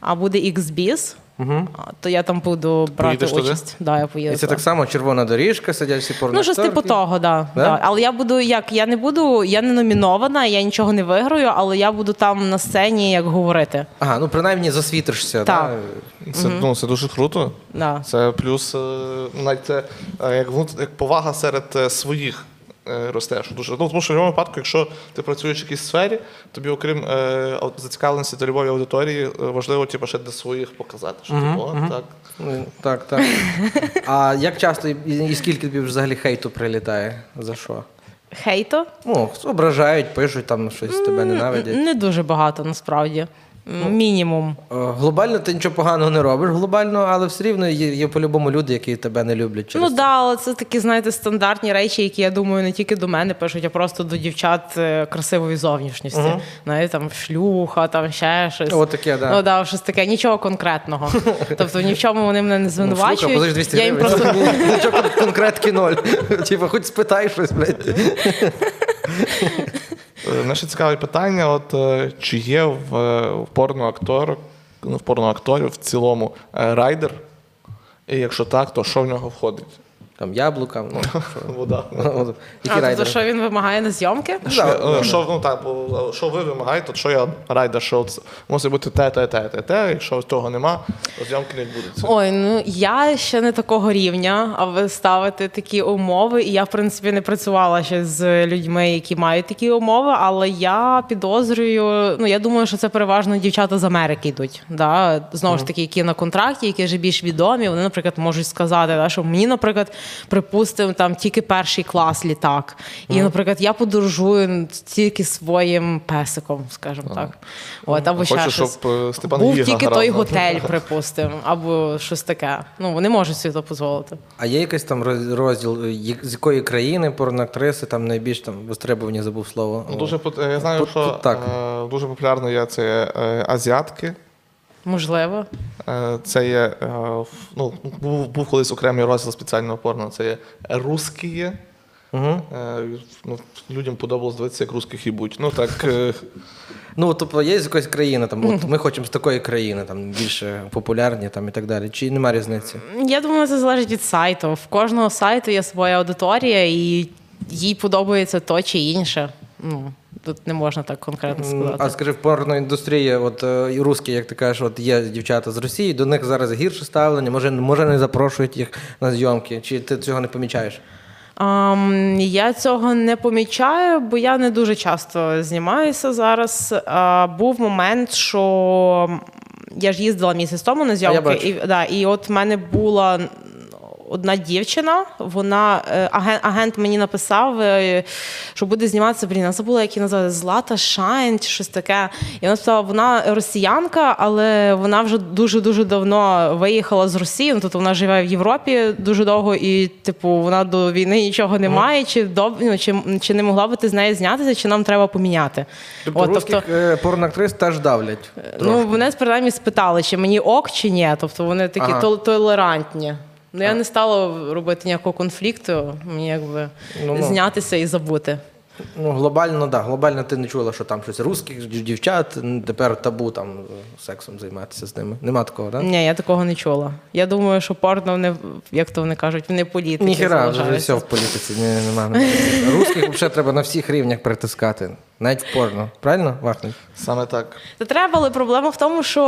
C: а буде XB's. Угу. То я там буду брати
A: Поїдеш туди?
C: участь. Да, я поїду.
B: І це
C: туди.
B: так само червона доріжка, сидять всі порно.
C: Ну, щось типу того, да,
B: Да?
C: да? Але я буду як я не буду, я не номінована, я нічого не виграю, але я буду там на сцені як говорити.
B: Ага, ну принаймні засвітишся.
C: Так.
A: Це, ну, це дуже круто.
C: Да.
A: Це плюс е, навіть це е, як, внут- як повага серед е, своїх е, росте. Що дуже, ну, тому що в моєму випадку, якщо ти працюєш в якійсь сфері, тобі, окрім е, ау- зацікавленості до любові аудиторії, е, важливо типу, ще для своїх показати. Що, типу, «О, так.
B: Ну, Так, так. А як часто і, і скільки тобі взагалі хейту прилітає? За що?
C: Хейто?
B: Ну, ображають, пишуть там щось тебе ненавидять.
C: Не дуже багато насправді. М, Мінімум.
B: Е, Глобально ти нічого поганого не робиш, глобально, але все рівно є, є по-любому люди, які тебе не люблять. Через
C: ну так, да, але це такі, знаєте, стандартні речі, які я думаю, не тільки до мене пишуть, а просто до дівчат е, красивої зовнішністі. Знаєте, там шлюха, там ще щось.
B: О, таке, да.
C: Ну да, щось таке, нічого конкретного. Тобто ні в чому вони мене не
B: Ну,
C: звинувачують.
B: слухай, позич 200
C: я їм
B: гривень. Ну,
C: просто
B: Нічого кон- конкретки ноль. Типа, хоч спитай щось, блядь.
A: Е, Наше цікаве питання: от е, чи є в, е, в порноакторок, ну, в порноакторів в цілому е, райдер? І якщо так, то що в нього входить?
B: Там яблука, ну.
A: Вода.
B: от, Які
C: А, тобто,
B: райдери?
C: що він вимагає на зйомки?
A: Що, е, що, ну, так, бо, е, що ви вимагаєте, от що я райдер, що от мусить бути те, те, те, те, те. Якщо того нема, то зйомки не відбудуться.
C: Ой, ну я ще не такого рівня, аби ставити такі умови. І я, в принципі, не працювала ще з людьми, які мають такі умови. Але я підозрюю, ну я думаю, що це переважно дівчата з Америки йдуть. Да? Знову ж таки, які на контракті, які вже більш відомі. Вони, наприклад, можуть сказати, да, що мені, наприклад, припустимо, там тільки перший клас літак. І, наприклад, я подорожую тільки своїм песиком, скажімо так. От, або ще
A: Хочу,
C: щось.
A: щоб е, Степан
C: Був
A: Гіга
C: тільки
A: грав
C: той
A: на-
C: готель, припустимо, або щось таке. Ну вони можуть собі це дозволити.
B: А є якийсь там роз- розділ, е, як- з якої країни порноактриси там найбільш там вистребувані, забув слово.
A: Ну, Дуже пот- е, я знаю,
B: Тут-
A: що
B: тут так.
A: е, дуже популярно є це е, азіатки.
C: Можливо.
A: Е, Це є е, в- ну, був, був колись окремий розділ спеціального порно. Це є русські. Угу. Ну, людям подобалось дивитися, як русських їбуть. Ну так е,
B: Ну, тобто є з якоїсь країни, там, от ми хочемо з такої країни, там більше популярні там, і так далі. Чи нема різниці?
C: Я думаю, це залежить від сайту. В кожного сайту є своя аудиторія, і їй подобається то чи інше. Ну тут не можна так конкретно
B: М, А
C: сказати.
B: скажи, в порноіндустрії, от е, і русські, як ти кажеш, от є дівчата з Росії, до них зараз гірше ставлення, може, може не запрошують їх на зйомки, чи ти цього не помічаєш?
C: Ам, я цього не помічаю, бо я не дуже часто знімаюся зараз. А, був момент, що я ж їздила місяць тому на
B: я
C: зйомки,
B: бачу.
C: і, да, і от в мене була одна дівчина, вона е, агент, агент мені написав, е, що буде зніматися, блін, я забула, як її назвати, Злата Шайн чи щось таке. І вона сказала, вона росіянка, але вона вже дуже-дуже давно виїхала з Росії. Ну, тобто вона живе в Європі дуже довго, і типу, вона до війни нічого не має. Чи, доб, ну, чи, чи не могла би ти з нею знятися, чи нам треба поміняти?
B: Тобто,
C: От,
B: русських е, порноактрис теж давлять.
C: Ну, вони принаймні спитали, чи мені ок, чи ні. Тобто вони такі
B: Ага.
C: тол- толерантні. Ну, я не стала робити ніякого конфлікту, мені якби
B: Ну-ну.
C: знятися і забути.
B: Ну, глобально, так. Да. Глобально ти не чула, що там щось русських дів- дівчат, м, тепер табу там е, сексом займатися з ними. Нема такого, так? Да?
C: Ні, я такого не чула. Я думаю, що порно не як то вони кажуть, вони політики.
B: Ніхера, вже
C: залишаються.
B: все в політиці. Ні, нема, нема. Русських взагалі треба на всіх рівнях притискати. Навіть в порно. Правильно, Вахнич?
A: Саме так.
C: Та треба, але проблема в тому, що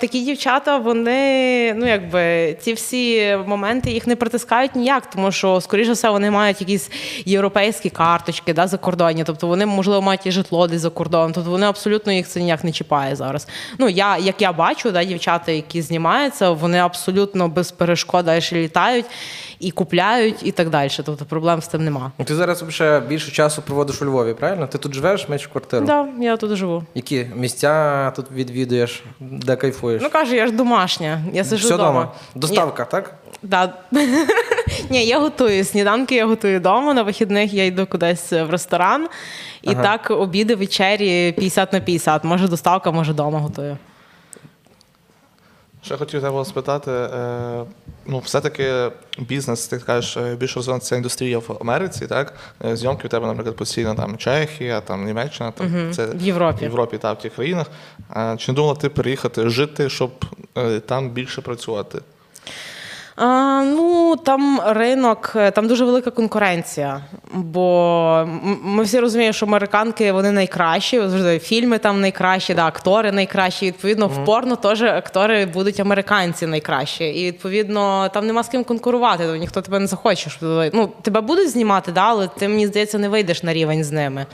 C: такі дівчата, вони ну якби ці всі моменти їх не притискають ніяк, тому що, скоріше все, вони мають якісь європейські карточки да, закордонні. Тобто вони, можливо, мають і житло десь за кордоном. Тобто вони абсолютно їх це ніяк не чіпає зараз. Ну я як я бачу, да, дівчата, які знімаються, вони абсолютно без перешкод далі літають і купляють, і так далі. Тобто проблем з тим нема.
B: Ну, Ти зараз вже більше часу проводиш у Львові, правильно? Ти тут живеш, маєш квартиру.
C: Да, я тут живу.
B: Які місця тут відвідуєш, де кайфуєш?
C: Ну кажу, я ж домашня. Я сижу
B: Все
C: вдома.
B: дома. Доставка, так?
C: Да. Ні, я готую сніданки, я готую вдома. На вихідних я йду кудись е, в ресторан. І так обіди, вечері 50 на 50. Може, доставка, може, вдома готую.
A: Ще хотів тебе було спитати. е, Ну, все-таки бізнес, ти кажеш, е, більш розвинена ця індустрія в Америці, так? Е, Зйомки у тебе, наприклад, постійно там Чехія, там Німеччина, там це
C: В Європі.
A: в Європі та в тих країнах. Е, Чи не думала ти переїхати жити, щоб е, там більше працювати?
C: А, ну там ринок, е, там дуже велика конкуренція. Бо м- ми всі розуміємо, що американки вони найкращі, завжди фільми там найкращі, да, актори найкращі. Відповідно, в порно теж актори будуть американці найкращі. І відповідно там нема з ким конкурувати. то Ніхто тебе не захоче. щоб туди- Ну тебе будуть знімати, да, але ти мені здається, не вийдеш на рівень з ними.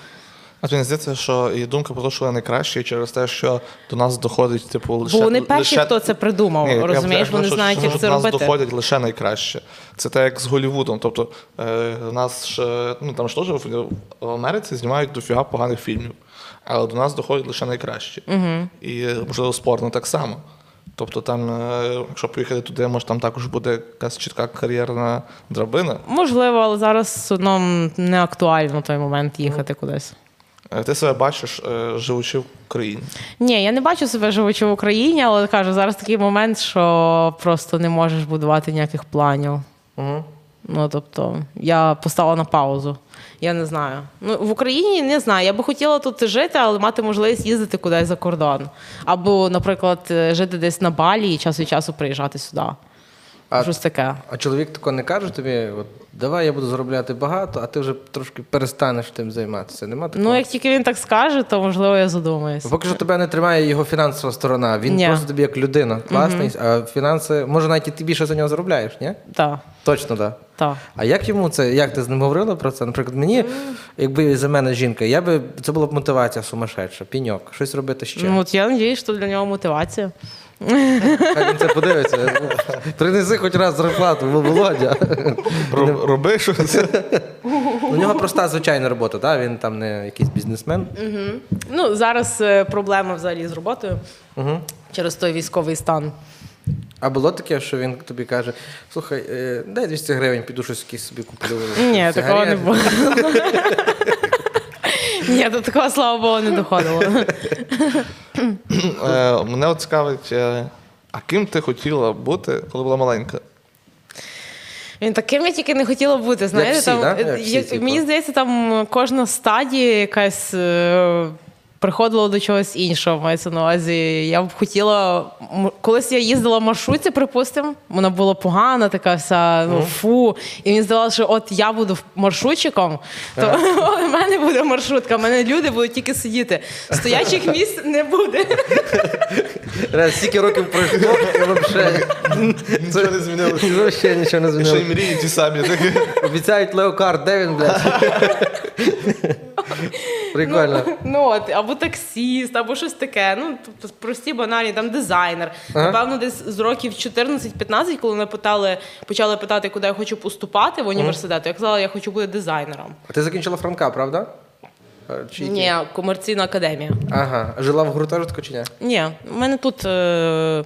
A: А тобі не здається, що і думка про те, що вони найкращі через те, що до нас доходить, типу, лише
C: Бо вони перші,
A: лише-
C: хто це придумав.
A: Ні, я
C: розумієш,
A: б- я
C: вони
A: кажу,
C: знають,
A: що
C: як це
A: до
C: робити.
A: Нас доходять лише найкраще. Це так як з Голлівудом. Тобто е, нас ж, ну там ж теж в- в Америці знімають дофіга поганих фільмів, але до нас доходять лише найкращі. І можливо спорно так само. Тобто там, е, якщо поїхати туди, може там також буде якась чітка кар'єрна драбина.
C: Можливо, але зараз ну, не актуально в той
A: Ну.
C: момент їхати кудись.
A: Е, Ти себе бачиш, е, живучи в країні.
C: Ні, я не бачу себе живучи в Україні, але кажу, зараз такий момент, що просто не можеш будувати ніяких планів.
B: Угу.
C: Ну тобто, я поставила на паузу. Я не знаю. Ну в Україні не знаю. Я би хотіла тут жити, але мати можливість їздити кудись за кордон. Або, наприклад, е, жити десь на Балі і час від часу приїжджати сюди.
B: А-
C: Щось таке.
B: А чоловік тако не каже тобі, от, давай я буду заробляти багато, а ти вже трошки перестанеш тим займатися. Нема такого?
C: Ну, як тільки він так скаже, то можливо я задумаюсь.
B: Поки що тебе не тримає його фінансова сторона. Він
C: Ні.
B: просто тобі як людина класний, а фінанси, може навіть і ти більше за нього заробляєш, ні?
C: Так,
B: Точно, так. Да.
C: так.
B: А як йому це? Як ти з ним говорила про це? Наприклад, мені,
C: Ну.
B: якби за мене жінка, я би це була б мотивація сумасшедша, піньок, щось робити ще.
C: Ну, от я сподіваюся, що для нього мотивація.
B: Хай він це подивиться. Принеси хоч раз зарплату, бо Володя.
A: Роб- Роби щось.
B: У нього проста звичайна робота, та? він там не якийсь бізнесмен.
C: Ну, зараз е, проблема взагалі з роботою
B: Угу.
C: через той військовий стан.
B: А було таке, що він тобі каже: слухай, е, дай 200 гривень, піду щось якісь собі куплю.
C: Ні,
B: сигарет».
C: такого не було. Ні, до такого слава Богу не доходило.
A: Е, Мене от цікавить, е, а ким ти хотіла бути, коли була маленька?
C: Він таким я тільки не хотіла бути. Знаєте,
B: всі,
C: там
B: да?
C: е,
B: Як всі,
C: як-
B: типу.
C: мені здається, там кожна стадія якась. е, Приходила до чогось іншого, мається на увазі. Я б хотіла м- колись я їздила в маршрутці, припустимо, вона була погана, така вся ну фу. І мені здавалося, що от я буду маршрутчиком, то в мене буде маршрутка, в мене люди будуть тільки сидіти. Стоячих місць не буде.
B: Реально, стільки років пройшло, і взагалі.
A: Нічого не змінилося.
B: Взагалі нічого не
A: Якщо і
B: змінилося.
A: мрії ті самі. так.
B: Обіцяють леокард, де він, блядь? Прикольно.
C: Ну, ну от, або таксіст, або щось таке. Ну, тобто прості банальні, там дизайнер.
B: Ага.
C: Напевно, десь з років 14-15, коли мене питали, почали питати, куди я хочу поступати в університет, я казала, я хочу бути дизайнером.
B: А ти закінчила Франка, правда? Е, Чи який?
C: Ні, комерційна академія.
B: Ага. А Жила в гуртожитку чи ні?
C: Ні, в мене тут. Е...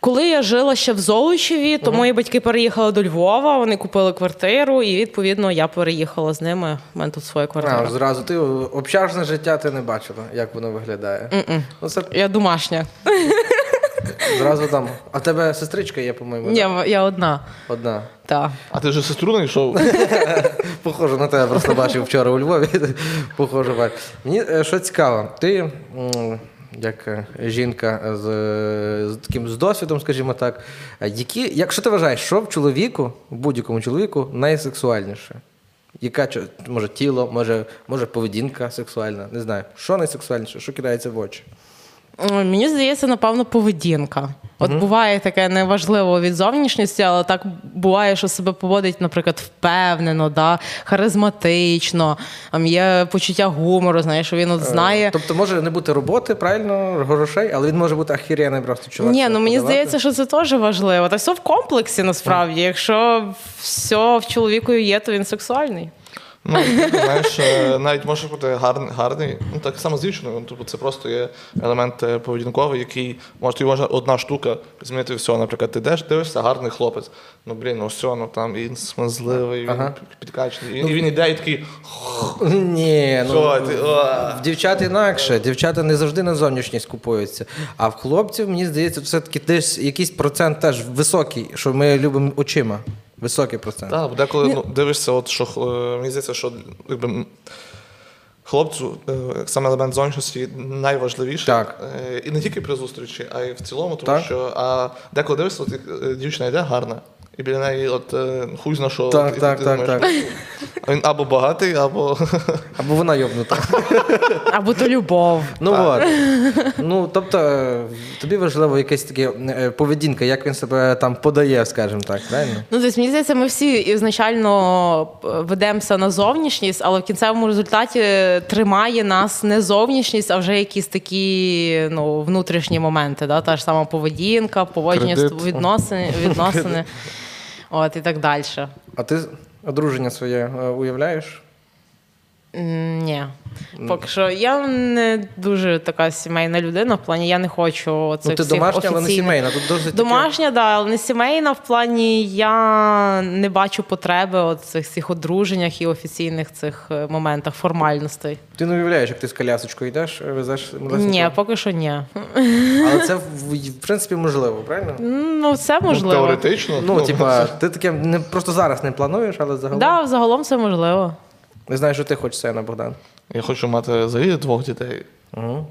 C: Коли я жила ще в Золочеві, то мої батьки переїхали до Львова, вони купили квартиру, і відповідно я переїхала з ними. У мене тут своя квартира.
B: А, зразу ти общажне життя ти не бачила, як воно виглядає.
C: Мгм.
B: Ну це
C: Я домашня.
B: зразу там. А в тебе сестричка є, по-моєму,
C: Ні,
B: Ну, да?
C: я одна.
B: одна.
C: Так.
A: А ти вже сестру знайшов?
B: Похоже на тебе, просто бачив вчора у Львові. Похоже, бач. Мені е, що цікаво, ти м, як е, жінка з, е, з таким з досвідом, скажімо так, е, які, якщо ти вважаєш, що в чоловіку, в будь-якому чоловіку, найсексуальніше? Яка чо- може тіло, може, може поведінка сексуальна, не знаю. Що найсексуальніше, що кидається в очі?
C: Ой, Мені здається, напевно, поведінка. От буває таке неважливо від зовнішності, але так буває, що себе поводить, наприклад, впевнено, да, харизматично, там є почуття гумору, знаєш, він от знає.
B: Е, Тобто може не бути роботи, правильно, грошей, але він може бути ахірєний просто чоловік.
C: Ні, ну мені здається, що це теж важливо. Та все в комплексі насправді. Якщо все в чоловіку є, то він сексуальний.
A: Ну, знаєш, е, навіть може бути гарний, гарний. Ну так само з дівчиною. Ну, Тобто це просто є елемент е, поведінковий, який може тобі можна одна штука змінити все. Наприклад, ти йдеш, дивишся, гарний хлопець. Ну блін, ну все, ну там він смазливий, він
B: Ага.
A: підкачений. І, і він іде і такий.
B: Ні, ну
A: Що ти, а?
B: в дівчат інакше. Дівчата не завжди на зовнішність купуються. А в хлопців, мені здається, все-таки десь якийсь процент теж високий, що ми любимо очима. Високий процент.
A: Так, бо деколи ну, дивишся, от що х- е, мені здається, що якби. м, Хлопцю е, саме елемент зовнішності найважливіший.
B: Так.
A: Е, І не тільки при зустрічі, а й в цілому, тому
B: Так.
A: що а деколи дивишся, от, е, дівчина йде гарна, і біля неї от е, хуй зна що.
B: Так,
A: от, і ти-
B: так,
A: ти
B: так,
A: думаєш, «А Він або багатий, або
B: Або вона йобнута.
C: Або то любов.
B: Ну от. Ну, тобто, е, тобі важливо якась така поведінка, як він себе там подає, скажімо так, правильно?
C: Ну, тобто, мені здається, ми всі ізначально е, ведемося на зовнішність, але в кінцевому результаті тримає нас не зовнішність, а вже якісь такі ну, внутрішні моменти. Да? Та ж сама поведінка, поводження
A: Кредит.
C: з відносини, відносини от, і так далі.
B: А ти одруження своє е, уявляєш?
C: М, Ні. Поки що я не дуже така сімейна людина. В плані я не хочу цих
B: ну, ти
C: всіх
B: домашня, але не
C: офіційних-
B: сімейна. Тут досить таке-
C: Домашня, да, але не сімейна. В плані я не бачу потреби от цих всіх одруженнях і офіційних цих е, моментах формальностей.
B: Ти не уявляєш, як ти з колясочкою йдеш, е, везеш малесенького?
C: Ні, поки що ні.
B: Але це в, в принципі можливо, правильно?
C: Ну це
A: ну,
C: можливо.
A: теоретично.
B: Ну, типа, ти таке не просто зараз не плануєш, але загалом
C: Да, загалом це можливо.
B: не знаю, що ти хочеш Сена Богдан.
A: Я хочу мати взагалі двох дітей.
B: Угу.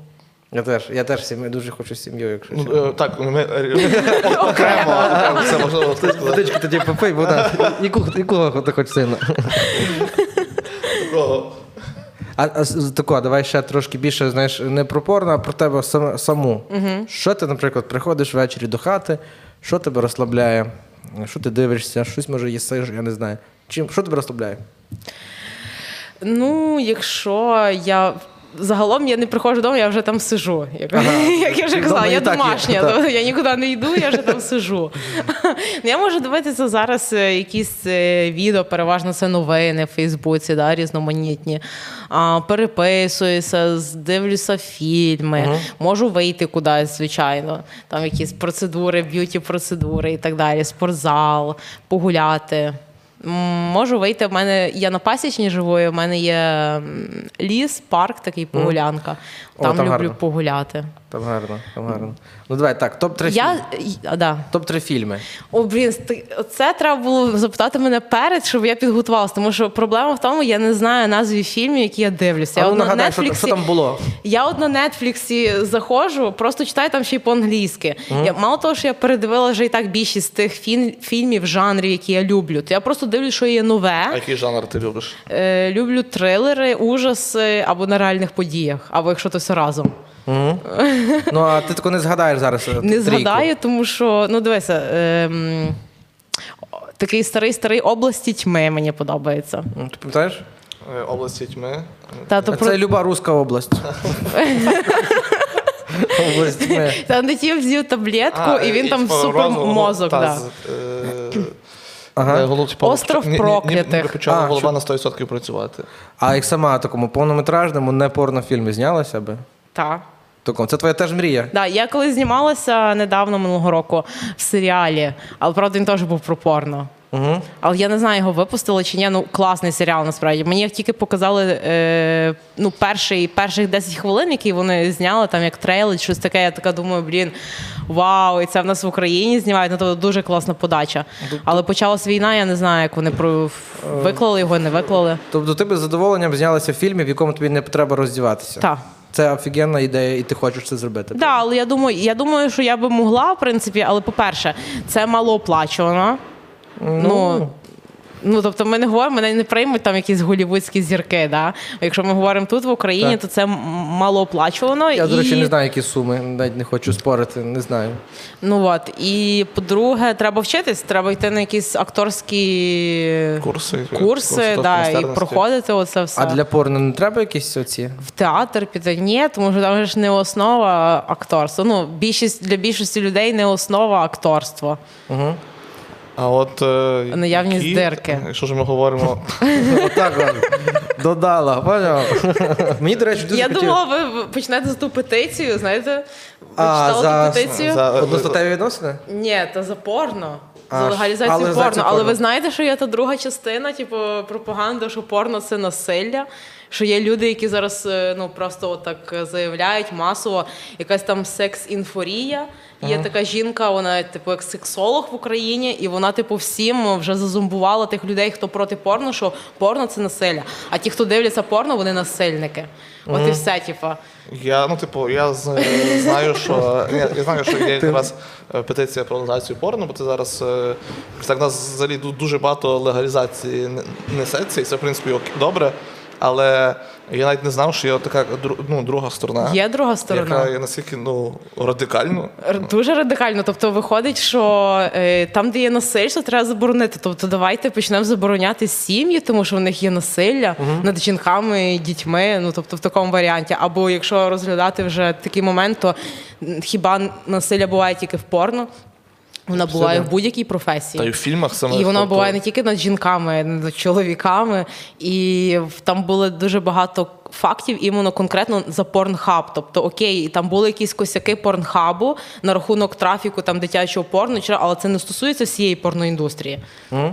B: Я теж, я теж сім'ю дуже хочу сім'ю, якщо чесно.
A: Ну, е, так, ми е, окремо, окремо, це можливо ти сказати.
B: Водички тоді попий, Богдан. Якого, якого ти хочеш сина?
A: Такого.
B: А, а з- тако, давай ще трошки більше, знаєш, не про порно, а про тебе сам, саму. Що ти, наприклад, приходиш ввечері до хати, що тебе розслабляє? Що ти дивишся, щось може їсиш, я не знаю. Чим, що тебе розслабляє?
C: Ну, якщо я. Загалом я не приходжу додому, я вже там сижу. Як, як я вже
B: Вдома
C: казала,
B: і
C: я
B: так є,
C: домашня,
B: так.
C: тобто я нікуди не йду, я вже там сижу. Ну, я можу дивитися зараз е, якісь е, відео, переважно це новини в Фейсбуці, да, різноманітні. А, переписуюся, з- дивлюся фільми, можу вийти кудись, звичайно. Там якісь процедури, б'юті-процедури і так далі, спортзал, погуляти. М, Можу вийти. В мене я на пасічні живу, і в мене є м, ліс, парк, такий погулянка.
B: О,
C: Там,
B: там
C: люблю
B: гарно.
C: погуляти.
B: Там гарно, там гарно. Ну давай так, топ-3
C: Я а, да.
B: топ-3 фільми.
C: О, блін, ти- це треба було запитати мене перед, щоб я підготувалася. Тому що проблема в тому, я не знаю назві фільмів, які я дивлюся.
B: А
C: Я
B: ну
C: от на
B: нагадай, що,
C: Нетфліксі-
B: що там було.
C: Я от на Нетфліксі заходжу, просто читаю там ще й по-англійськи. Я, мало того, що я передивила вже і так більшість з тих фін, фільмів, жанрів, які я люблю. То я просто дивлюсь, що є нове.
A: А який жанр ти любиш?
C: Е, люблю трилери, ужаси або на реальних подіях, або якщо то все разом.
B: Ну а ти тако не згадаєш зараз. е,
C: Не
B: трійку.
C: згадаю, тому що ну дивися. Ем... Такий старий старий області тьми мені подобається.
B: М, Ну, Ти пам'ятаєш?
A: е, області тьми.
C: Та, то про...
B: Це люба руська область. область ми.
C: Та не ті взяв таблетку, і він там супер мозок. Да.
A: е,
B: Ага.
C: Остров проклятих.
A: Ніби почала
B: А,
A: голова
B: що-
A: на 100% працювати.
B: А як сама такому повнометражному не порнофільмі знялася би?
C: Та.
B: Такому. Це твоя теж мрія.
C: Да, я коли знімалася недавно минулого року в серіалі, але правда він теж був про порно.
B: Угу.
C: Але я не знаю, його випустили чи ні. Ну класний серіал насправді. Мені як тільки показали е, ну, перший, перших 10 хвилин, які вони зняли, там як трейлер, щось таке. Я така думаю, блін, вау, і це в нас в Україні знімають. Ну то дуже класна подача. Але почалась війна, я не знаю, як вони про виклали його, не виклали.
B: Тобто ти би з задоволенням знялася в фільмі, в якому тобі не треба роздіватися.
C: Так.
B: Це офігенна ідея, і ти хочеш це зробити.
C: Да, але я думаю, я думаю, що я би могла, в принципі, але по-перше, це малооплачувано. Ну, ну, тобто, ми не говоримо, мене не приймуть там якісь голівудські зірки. Да? А Якщо ми говоримо тут в Україні,
B: Так.
C: то це м- малооплачувано.
B: Я,
C: і...
B: до речі, не знаю, які суми, навіть не хочу спорити, не знаю.
C: Ну от і по-друге, треба вчитись, треба йти на якісь акторські
A: Курси.
C: курси да, і
A: майстерності.
C: проходити оце все.
B: А для порно не треба якісь оці?
C: в театр піти. Ні, тому що там же ж не основа акторства. Ну, більшість для більшості людей не основа акторства.
B: Угу.
A: А от е,
C: Наявність
A: які-
C: дирки.
A: Якщо ж ми говоримо,
B: Отак от. Додала, поняв? Мені, до речі, дуже
C: Я
B: хотів-
C: думала, ви почнете за ту петицію, знаєте? Ви
B: А,
C: читали
B: за-
C: ту петицію?
A: за-
B: е, Одностатеві відносини?
C: Ні, та за порно.
B: А,
C: за
B: ж- а,
C: легалізацію порно.
B: легалізацію
C: Але
B: порно.
C: ви знаєте, що є та друга частина, типу, пропаганда, що порно це насилля. Що є люди, які зараз е, ну просто отак е, заявляють масово, якась там секс-інфорія. Є така жінка, вона типу як сексолог в Україні, і вона, типу, всім вже зазумбувала тих людей, хто проти порно, що порно це насилля. А ті, хто дивляться порно, вони насильники. От і все, типу.
A: я ну типу, я з- знаю, що я, я знаю, що є якраз е, петиція про легалізацію порно, бо це зараз е, так у нас взагалі ду- дуже багато легалізації не- несеться, і це в принципі ок- добре. Але я навіть не знав, що є така дру- ну, друга сторона,
C: Є друга сторона.
A: яка є наскільки ну радикально.
C: Р- Дуже радикально. Тобто виходить, що е, там, де є насильство, треба заборонити. Тобто, давайте почнемо забороняти сім'ї, тому що в них є насилля над жінками, дітьми. Ну тобто, в такому варіанті. Або якщо розглядати вже такий момент, то м, хіба насилля буває тільки в порно? Вона буває в будь-якій професії.
A: Та й в фільмах саме
C: І воно
A: тобто,
C: буває не тільки над жінками, над чоловіками. І в- там було дуже багато фактів іменно конкретно за порнхаб. Тобто, окей, і там були якісь косяки порнхабу на рахунок трафіку там дитячого порно, чи- але це не стосується всієї порноіндустрії.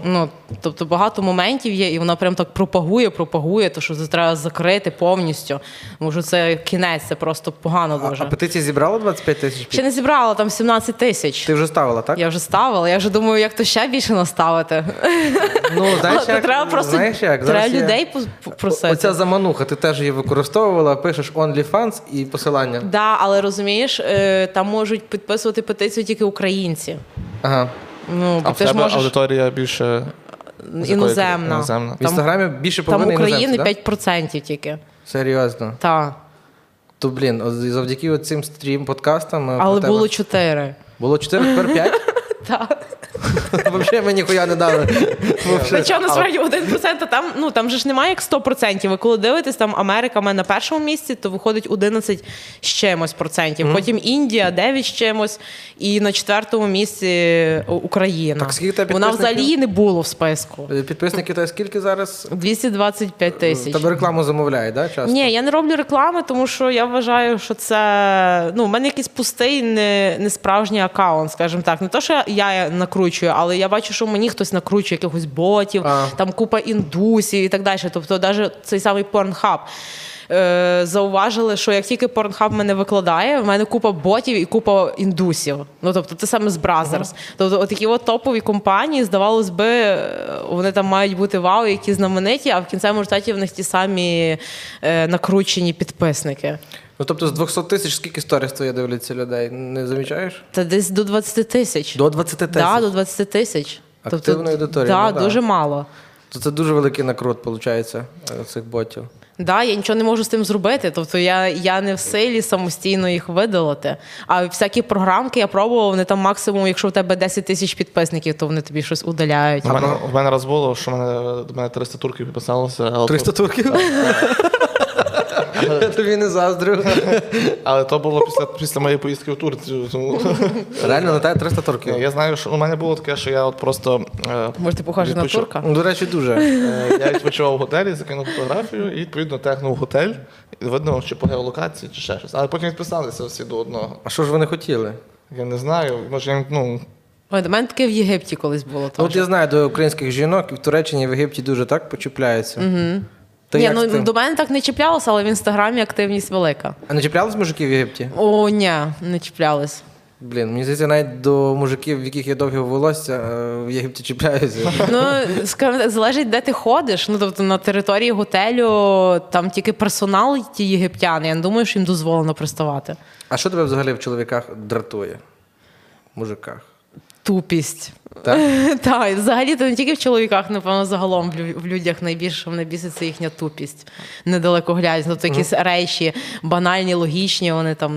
C: Ну тобто багато моментів є, і вона прям так пропагує, пропагує, то що це треба закрити повністю. Тому що це кінець, це просто погано
B: А,
C: дуже.
B: а петиції зібрала 25 тисяч?
C: Ще не зібрала там 17 тисяч.
B: Ти вже ставила, так?
C: Я вже ставила, я вже думаю, як то ще більше наставити.
B: Ну, знаєш,
C: Але
B: як,
C: треба просто
B: знаєш, як?
C: треба
B: Зараз є-
C: людей пос- просити.
B: Оця замануха, ти теж її використовувала, пишеш OnlyFans і посилання.
C: Да, але розумієш, е, там можуть підписувати петицію тільки українці.
B: Ага.
C: Ну,
A: а
C: бо
A: в
C: ти ж
A: тебе
C: можеш
A: аудиторія більше
C: іноземна.
A: іноземна.
B: В інстаграмі більше
C: Там
B: половини
C: України
B: іноземців,
C: 5% тільки.
B: да? Серйозно.
C: Та.
B: То блін, от завдяки цим стрім подкастам. е,
C: Але
B: про тебе-
C: було 4.
B: було 4, тепер 5?
C: Та.
B: Взагалі мені ніхуя не дали. Вообще.
C: Причому насправді 1%, а там, ну, там же ж немає як 100%. Ви коли дивитесь, там Америка в мене на першому місці, то виходить 11 з чимось процентів. Потім Індія 9 з чимось, і на четвертому місці е, Україна.
B: Так скільки тебе
C: Вона
B: підписників?
C: взагалі не було в списку.
B: Е, Підписників тебе скільки зараз?
C: 225 тисяч.
B: Тебе рекламу замовляють, да, часто?
C: Ні, я не роблю реклами, тому що я вважаю, що це ну, в мене якийсь пустий, не, не справжній аккаунт, скажімо так. Не то, що я накручую, але я бачу, що мені хтось накручує якихось ботів,
B: А.
C: там купа індусів і так далі. Тобто, навіть цей самий порнхаб. Е, зауважили, що як тільки порнхаб мене викладає, в мене купа ботів і купа індусів. Ну тобто, те саме з Бразерс. Тобто, отакі от топові компанії, здавалось би, е, вони там мають бути вау, які знамениті, а в кінцевому результаті в них ті самі е, накручені підписники.
B: Ну тобто з 200 тисяч скільки сторіс твоє дивляться людей? Не замічаєш?
C: Та десь до 20 тисяч.
B: До 20 тисяч.
C: Да, до 20 тисяч. Тобто,
B: Активної аудиторії,
C: да,
B: ну да.
C: дуже мало.
B: То це дуже великий накрут, виходить, е, цих ботів.
C: Да, я нічого не можу з тим зробити. Тобто я, я не в силі самостійно їх видалити. А всякі програмки я пробувала, вони там максимум, якщо в тебе 10 тисяч підписників, то вони тобі щось удаляють.
A: У
B: Ну,
A: мене, у мене раз було, що мене, до мене 300 турків підписалося, але, то,
B: 300 турків. Я тобі не заздрю.
A: але то було після, після моєї поїздки в Турцію. Тому,
B: Реально, на тебе 300 турків.
A: я знаю, що у мене було таке, що я от просто. е,
C: Може, ти похожа на
A: відпочив-
C: турка?
B: Ну, До речі, дуже.
A: Е, Я відпочивав в готелі, закинув фотографію і відповідно тегнув готель. І видно, чи по геолокації, чи ще щось. Але потім відписалися всі до одного.
B: А що ж вони хотіли?
A: Я не знаю. Може, я, ну,
C: Ой, до мене таке в Єгипті колись було.
B: Ну,
C: теж.
B: От я знаю, до українських жінок в Туреччині в Єгипті дуже так почіпляються. Та
C: Ні,
B: як з
C: ну
B: тим?
C: до мене так не чіплялося, але в інстаграмі активність велика.
B: А не чіплялись мужики в Єгипті?
C: О, ні, не чіплялись.
B: Блін, мені здається, навіть до мужиків, в яких є довгі волосся, е, в Єгипті чіпляються.
C: Ну, скажімо, так, залежить, де ти ходиш. Ну, тобто на території готелю там тільки персонал ті єгиптяни. Я не думаю, що їм дозволено приставати.
B: А що тебе взагалі в чоловіках дратує? В Мужиках.
C: Тупість. Та, і взагалі то не тільки в чоловіках, напевно, загалом в лю- в людях найбільше мене біситься їхня тупість, недалекоглядність. Тобто якісь речі банальні, логічні, вони там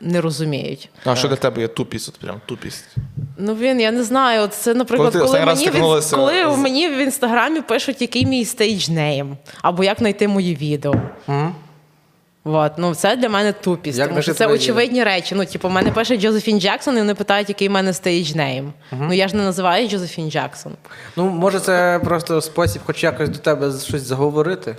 C: не розуміють.
A: а що для тебе є тупість? От прям тупість.
C: Ну він, я не знаю. От це, наприклад,
A: ти
C: коли,
A: останній раз
C: мені, в, інс-
A: стикнулася
C: коли
A: з-
C: мені в інстаграмі пишуть, який мій стейджнейм, або як знайти мої відео. От, ну це для мене тупість,
B: Як
C: тому що
B: знайти
C: це
B: твої
C: очевидні речі. Ну, типу, мене пише Джозефін Джексон, і вони питають, який в мене стейджнейм. Ну я ж не називаю Джозефін Джексон.
B: Ну, може, це просто спосіб хоч якось до тебе щось заговорити,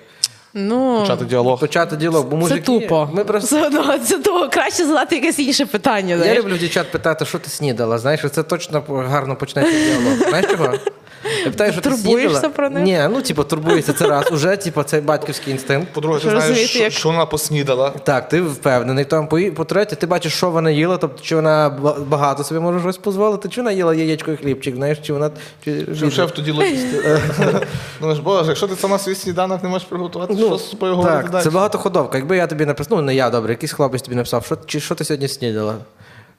C: Ну
A: Почати діалог.
B: почати діло. Бо мужики,
C: це тупо.
B: Ми просто...
C: це, ну, це тупо. краще задати якесь інше питання.
B: Я
C: знаєш.
B: люблю дівчат питати, що ти снідала. Знаєш, це точно гарно почнеться діалог. Знаєш чого? Я питаю, що ти
C: Турбуєшся
B: снідала?
C: про них?
B: Ні, ну типу, турбується це раз. Уже, типу, цей батьківський інстинкт.
A: По-друге, ти
C: Що
A: знаєш,
C: розумієте,
A: що,
C: як-
A: що вона поснідала.
B: Так, ти впевнений. Там по- по-третє, ти бачиш, що вона їла, тобто чи вона ба- багато собі може щось дозволити, чи вона їла яєчко і хлібчик, знаєш, чи вона чи,
A: Чим шеф тоді логісти. ну ж боже, якщо ти сама свій сніданок не можеш приготувати, що з собою говорити
B: Ну, так,
A: далі?
B: це багатоходовка. Якби я тобі написав, ну не я добре, якийсь хлопець тобі написав, що чи що ти сьогодні снідала?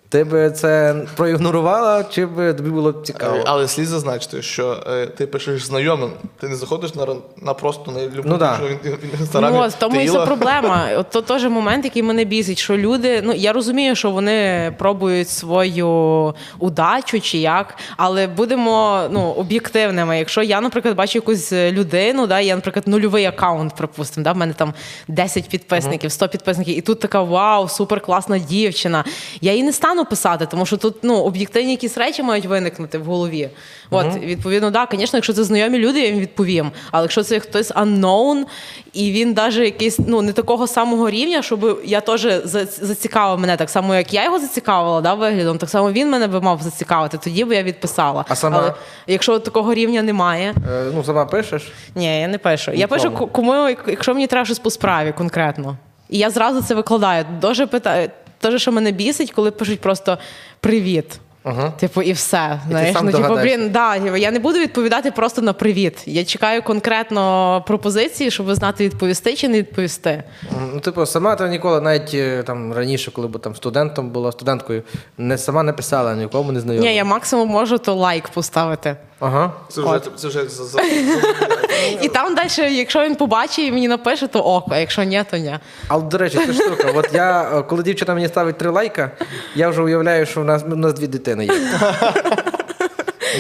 B: Ти би це проігнорувала, чи б тобі було б
A: Е,
B: цікаво?
A: Але слід зазначити, що е, ти пишеш знайомим, ти не заходиш на, ран- на просто на любу
B: Ну да.
A: що він- він- він в інстаграмі.
C: Ну, от, в тому
A: ти
C: і
A: їла?
C: це проблема. От то теж момент, який мене бісить, що люди, ну я розумію, що вони пробують свою удачу чи як, але будемо ну, об'єктивними. Якщо я, наприклад, бачу якусь е, людину, да, я, наприклад, нульовий аккаунт, припустимо, да, в мене там 10 підписників, 100 підписників, і тут така вау, супер класна дівчина. Я їй не стану писати, тому що тут ну, об'єктивні якісь речі мають виникнути в голові. От, відповідно, да, звісно, якщо це знайомі люди, я їм відповім. Але якщо це хтось unknown, і він навіть якийсь ну, не такого самого рівня, щоб я теж за- зацікавив мене, так само, як я його зацікавила да, виглядом, так само він мене би мав зацікавити, тоді би я відписала.
B: А сама-
C: Але якщо такого рівня немає,
B: Е, ну, сама пишеш?
C: ні, я не пишу. Я пишу
B: Нікому.
C: ку- кому, якщо мені треба щось по справі конкретно. І я зразу це викладаю. Дуже питаю. Те, що мене бісить, коли пишуть просто привіт. Типу, і все. Знаєш,
B: сам
C: ну, типу,
B: догадаєшся.
C: блін, да, типу, я не буду відповідати просто на привіт. Я чекаю конкретно пропозиції, щоб знати, відповісти чи не відповісти.
B: Ну, типу, сама ти ніколи, навіть е, там раніше, коли б там студентом була, студенткою, не сама не писала нікому, не знайома.
C: Ні, я максимум можу то лайк поставити.
B: Ага.
A: Це вже, це вже за, за...
B: Ну,
C: І там далі, якщо він побачить і мені напише, то ок, а якщо ні, то ні.
B: Але до речі, це штука. От я, е, коли дівчина мені ставить три лайка, я вже уявляю, що в нас, у нас дві дитини є.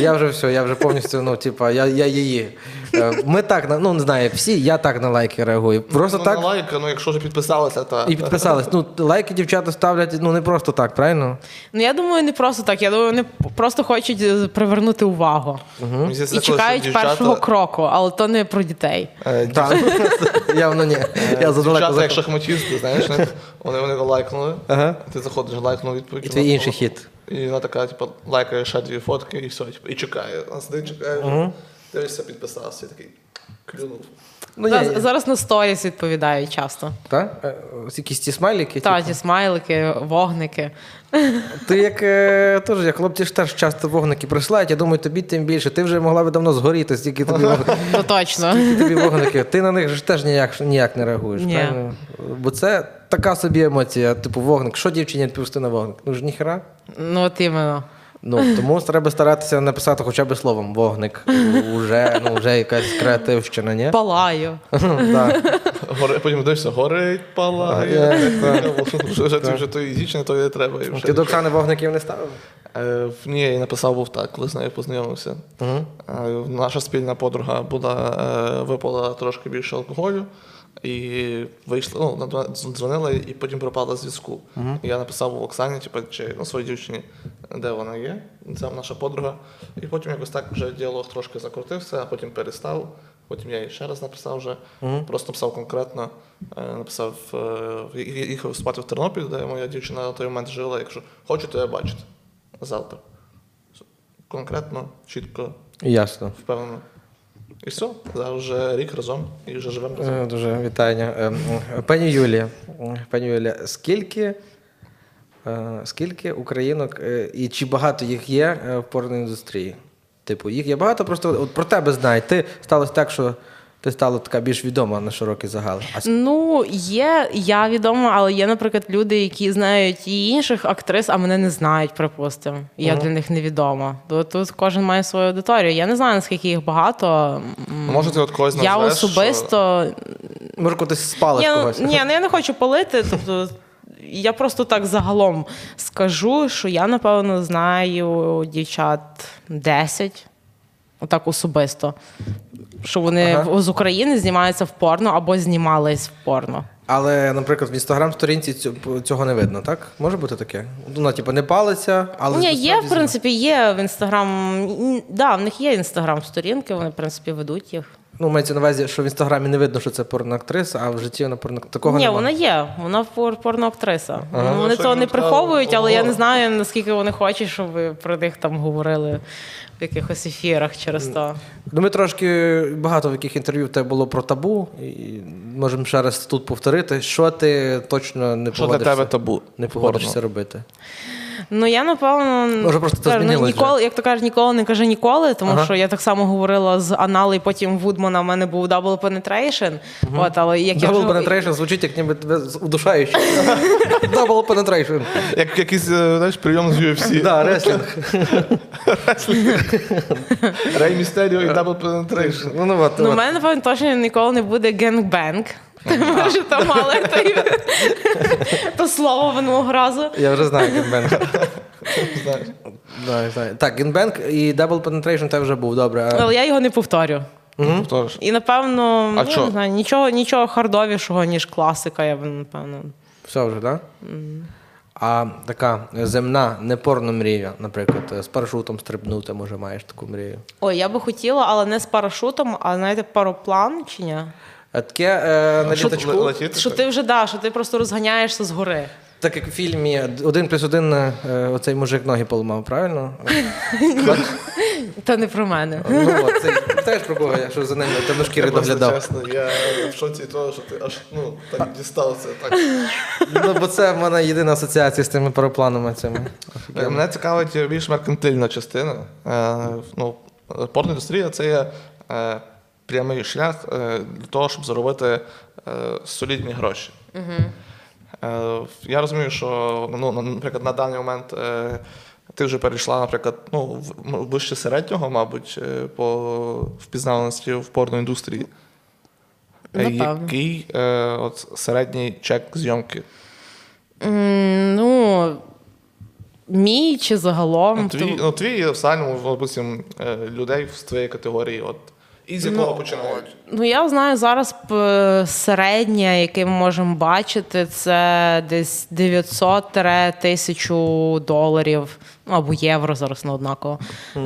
B: Я вже все, я вже повністю, ну, типа, я, я її. Е, Ми так, на- ну не знаю, як всі, я так на лайки реагую. Просто
A: ну,
B: так
A: на лайка, ну якщо вже підписалася, та
B: і підписались. Ну, лайки дівчата ставлять, ну не просто так, правильно?
C: Ну я думаю, не просто так. Я думаю, вони просто хочуть е, привернути увагу.
A: Мені здається, коли
C: І чекають
A: дівчата-
C: першого кроку, але то не про дітей.
A: Е, дів-
B: Так. Явно ні. Я задалеко
A: Е, Дівчата, як
B: зайшов.
A: шахматісти, знаєш, вони- вони вони його лайкнули.
B: Ага.
A: Ти заходиш, лайкнув відповідь.
B: І твій
A: вона-
B: інший хід.
A: І вона така, типу, лайкає ще дві фотки і все, типу, і чекає. А сидить, чекає. Угу. Дивишся, підписався, і такий клюнув.
B: Ну,
C: Зараз-
B: ні, ні.
C: Зараз на сторіс відповідають часто.
B: Та? Е, ось Якісь ті смайлики?
C: Та
B: типу?
C: ті смайлики, вогники.
B: Ти як е, теж як хлопці ж теж часто вогники присилають, я думаю, тобі тим більше. Ти вже могла би давно згоріти, стільки тобі вогників.
C: То точно.
B: Тобі вогники, ти на них ж теж ніяк, ніяк не реагуєш,
C: Ні.
B: правильно? Бо це така собі емоція, типу вогник. Що дівчині відповісти на вогник? Ну ж ніхера.
C: Ну от іменно.
B: Ну тому треба старатися написати хоча б словом вогник. Уже ну вже якась креативщина, ні?
C: Палаю.
B: Так.
A: Гори, потім дивишся, горить, палає.
B: Е,
A: Вже вже- вже то і дічне, то і не треба. і вже.
B: Ти до Оксани вогників не ставив?
A: Е, в- Ні, я її написав був так, коли з нею познайомився. Е, Наша спільна подруга була, е, випила трошки більше алкоголю. І вийшла, ну, на- дзвонила і потім пропала з зв'язку. І Я написав Оксані, типу, чи ну, своїй дівчині, де вона є, це наша подруга. І потім якось так вже діалог трошки закрутився, а потім перестав. Потім я їй ще раз написав вже, просто написав конкретно, е, написав, е, ї- ї- їхав спати в Тернопіль, де моя дівчина на той момент жила. Якщо хочете, я бачити завтра. Конкретно, чітко,
B: Ясно.
A: впевнено. І все. Зараз вже рік разом і вже живемо разом.
B: Е, Дуже вітання. Е, м, Пані Юлія, м, пані Юлія, скільки, е, скільки українок е, і чи багато їх є е, в порноіндустрії? Типу, їх є багато, просто от про тебе знають. Ти сталося так, що ти стала така більш відома на широкий загал. А с-
C: Ну, є, я відома, але є, наприклад, люди, які знають і інших актрис, а мене не знають, припустимо. І Я для них невідома. То тут кожен має свою аудиторію. Я не знаю, наскільки їх багато. М,
A: Може, ти от когось
C: Я
A: назвеш, що-
C: особисто
B: може, кудись спалиш
C: Я-
B: когось?
C: Ні, ну я не хочу палити. Тобто я просто так загалом скажу, що я напевно знаю дівчат 10, отак особисто. Що вони
B: Ага.
C: в- з України знімаються в порно або знімались в порно.
B: Але, наприклад, в інстаграм-сторінці цю- цього не видно, так? Може бути таке? Ну, вона, типу, не палиться, але.
C: Ні, є,
B: насправді
C: в принципі, є в інстаграм. м, Да, в них є інстаграм сторінки, вони, в принципі, ведуть їх.
B: Ну, мається на увазі, що в інстаграмі не видно, що це порноактриса, а в житті вона порно... такого
C: Ні,
B: немає.
C: вона є, вона пор- порноактриса.
A: Ага.
C: Вони
A: Ну, що
C: цього не
A: їм треба
C: приховують, але я не
A: говорити?
C: знаю, наскільки вони хочуть, щоб ви про них там говорили в якихось ефірах через то.
B: Ну, ми трошки багато в яких інтерв'ю в тебе було про табу, і можемо ще раз тут повторити, що ти точно не
A: Що для
B: погодишся,
A: тебе табу?
B: не
A: Порно.
B: погодишся робити.
C: Ну я напевно
B: Може, просто це
C: кажу, ну,
B: змінилось
C: ніколи, як то кажуть, ніколи не кажи ніколи, тому
B: Ага.
C: що я так само говорила з Анали, потім Вудмана. в мене був Double Penetration. От, але як я
B: Double
C: вже-
B: penetration звучить, як ніби тебе з- удушаючи. Double penetration. Ну,
A: Як якийсь е, знаєш, прийом з UFC.
B: Да, реслінг.
A: Рей Містеріо і Дабл Penetration.
B: Ну, ну, от,
C: Ну, в
B: от.
C: мене напевно точно ніколи не буде генгбенг. Може, там але то, й- то слово минулого разу.
B: Я вже знаю Гінбенк. Знаю, знаю. Так, Гінбенк і Double penetration те вже був, добре. а-
C: Але я його не повторю.
A: Повториш.
C: І напевно,
A: А
C: ну,
A: чо?
C: не знаю, нічого, нічого хардовішого, ніж класика, я б напевно.
B: Все вже, так? А така е, земна, не порно мрія, наприклад, е, з парашутом стрибнути, може, маєш таку мрію.
C: Ой, я би хотіла, але не з парашутом, а знаєте, пароплан чи ні?
B: А таке е, на
A: Що ти
B: літачку,
A: ле- летиш? Летіти
C: Що
A: так?
C: ти вже да, що ти просто розганяєшся з гори.
B: так як в фільмі один плюс один е, оцей мужик ноги поламав, правильно?
C: Та не про мене.
B: ну от, це теж про кого я що за ним темношкіри
A: Просто
B: доглядав.
A: Чесно, я в шоці того, що ти аж ну, так дістався. Так.
B: Ну, бо це в мене єдина асоціація з тими парапланами цими.
A: Е, Мене цікавить більш меркантильна частина. Е, ну, порноіндустрія це є е, прямий шлях е, для того, щоб заробити е, солідні гроші. Е, Я розумію, що ну, на- наприклад, на даний момент е, ти вже перейшла, наприклад, ну, в- м- вище середнього, мабуть, е, по впізнаваності в порноіндустрії. Е,
C: Напевно.
A: Який е, от, середній чек зйомки?
C: М, Ну мій чи загалом.
A: Твій,
C: то-
A: ну, твій в загальному, допустим, е, людей з твоєї категорії, от. І з якого починають?
C: Ну, я знаю зараз п- середнє, яке ми можемо бачити, це десь 900-1000 доларів ну, або євро зараз не однаково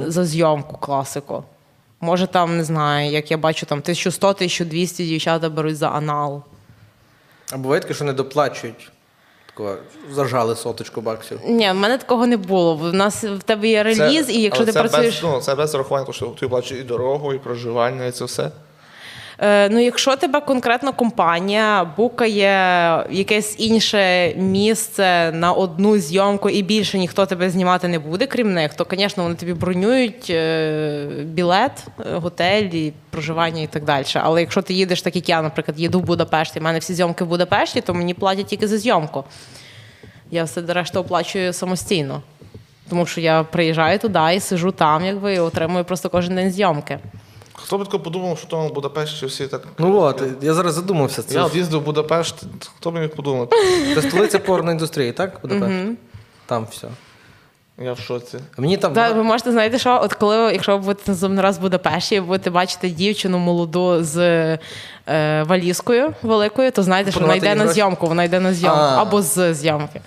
C: за зйомку класику. Може, там не знаю, як я бачу, там 1100-1200 дівчата беруть за анал.
B: А буває таке, що не доплачують. Такого, зажали соточку баксів.
C: Ні, в мене такого не було. В нас в тебе є реліз, і якщо
A: але
C: ти
A: це
C: працюєш.
A: Без, ну, це без рахування, тому що ти плачеш і дорогу, і проживання, і це все.
C: Е, Ну, якщо тебе конкретно компанія букає якесь інше місце на одну зйомку і більше ніхто тебе знімати не буде, крім них, то, звісно, вони тобі бронюють е, білет, е, готель, і проживання і так далі. Але якщо ти їдеш, так як я, наприклад, їду в Будапешт, і в мене всі зйомки в Будапешті, то мені платять тільки за зйомку. Я все решта оплачую самостійно. Тому що я приїжджаю туди і сижу там, якби і отримую просто кожен день зйомки.
A: Хто б тако подумав, що в тому Будапешті всі так.
B: Ну от, я зараз задумався. Це,
A: Я от їздив в Будапешт, хто б міг подумати?
B: це столиця порноіндустрії, так? Будапешт? Там все.
A: Я в шоці.
B: А Мені там.
C: Та ви можете знаєте, що от коли, якщо ви будете наступний раз в Будапешті, і будете бачити дівчину молоду з е, валізкою великою, то знаєте, що вона
B: Пропонувати
C: йде
B: їй
C: на
B: гроші?
C: зйомку, вона йде на зйомку
B: А. Е, тобто
C: або з зйомки.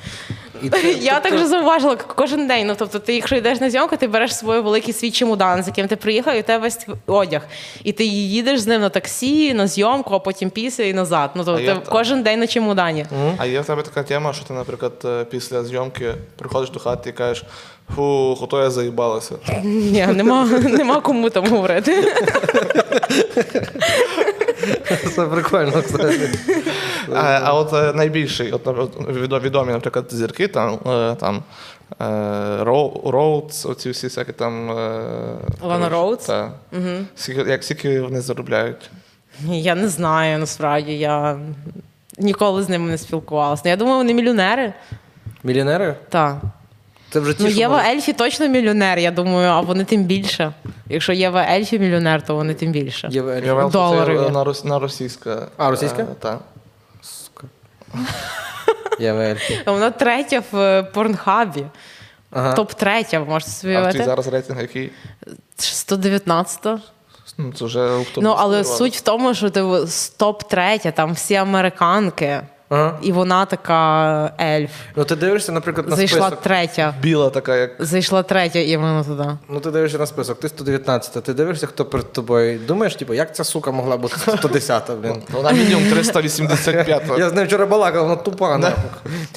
B: і це-
C: Я так же зауважила к- кожен день. Ну тобто, ти, якщо йдеш на зйомку, ти береш свій великий свій чемодан, з яким ти приїхав, і у тебе весь твій одяг. І ти їдеш з ним на таксі, на зйомку, а потім після і назад. Ну тобто
A: я
C: ти
A: так.
C: кожен день на чемодані.
A: А є в тебе така тема, що ти, наприклад, е, після зйомки приходиш до хати і кажеш, фу, ото я заїбалася.
C: Ні, нема, нема кому там говорити.
B: Це прикольно. кстати.
A: А, а от е, найбільший, от, наприклад, відо- відомі, наприклад, зірки, там, е, там е, Роу- Роудс, оці всі всякі там. е, коротше,
C: Роудс?
A: Та. Скільки, як скільки вони заробляють?
C: Ні, Я не знаю, насправді я ніколи з ними не спілкувалася. Ну, Я думаю, вони мільйонери.
B: Мільйонери?
C: Та.
B: Це вже ті,
C: Ну,
B: що
C: Єва
B: можуть-
C: Ельфі точно мільйонер, я думаю, а вони тим більше. Якщо Єва Ельфі мільйонер, то вони тим більше.
B: Єва Ель.
A: Я мав
C: Долари.
A: це, е, на, рос, на російська. Е,
B: А, російська?
A: так.
B: Єва Ель.
C: А Вона третя в е, порнхабі.
B: Ага.
C: Топ третя, можете собі
A: А в твій
C: уявити.
A: зараз рейтинг який?
C: 119.
A: Ну, це вже хто
C: Ну, але суть в тому, що ти топ третя, там всі американки,
B: Ага.
C: і вона така е, ельф.
B: Ну ти дивишся, наприклад, на
C: Зайшла
B: список.
C: третя.
A: Біла така, як.
C: Зайшла третя, і вона туди.
B: Ну ти дивишся на список, ти 119, ти дивишся, хто перед тобою. Думаєш, типу, як ця сука могла бути 110, блін.
A: Вона ну, мінімум 385.
B: Я з нею вчора балакав, вона тупа. нахуй.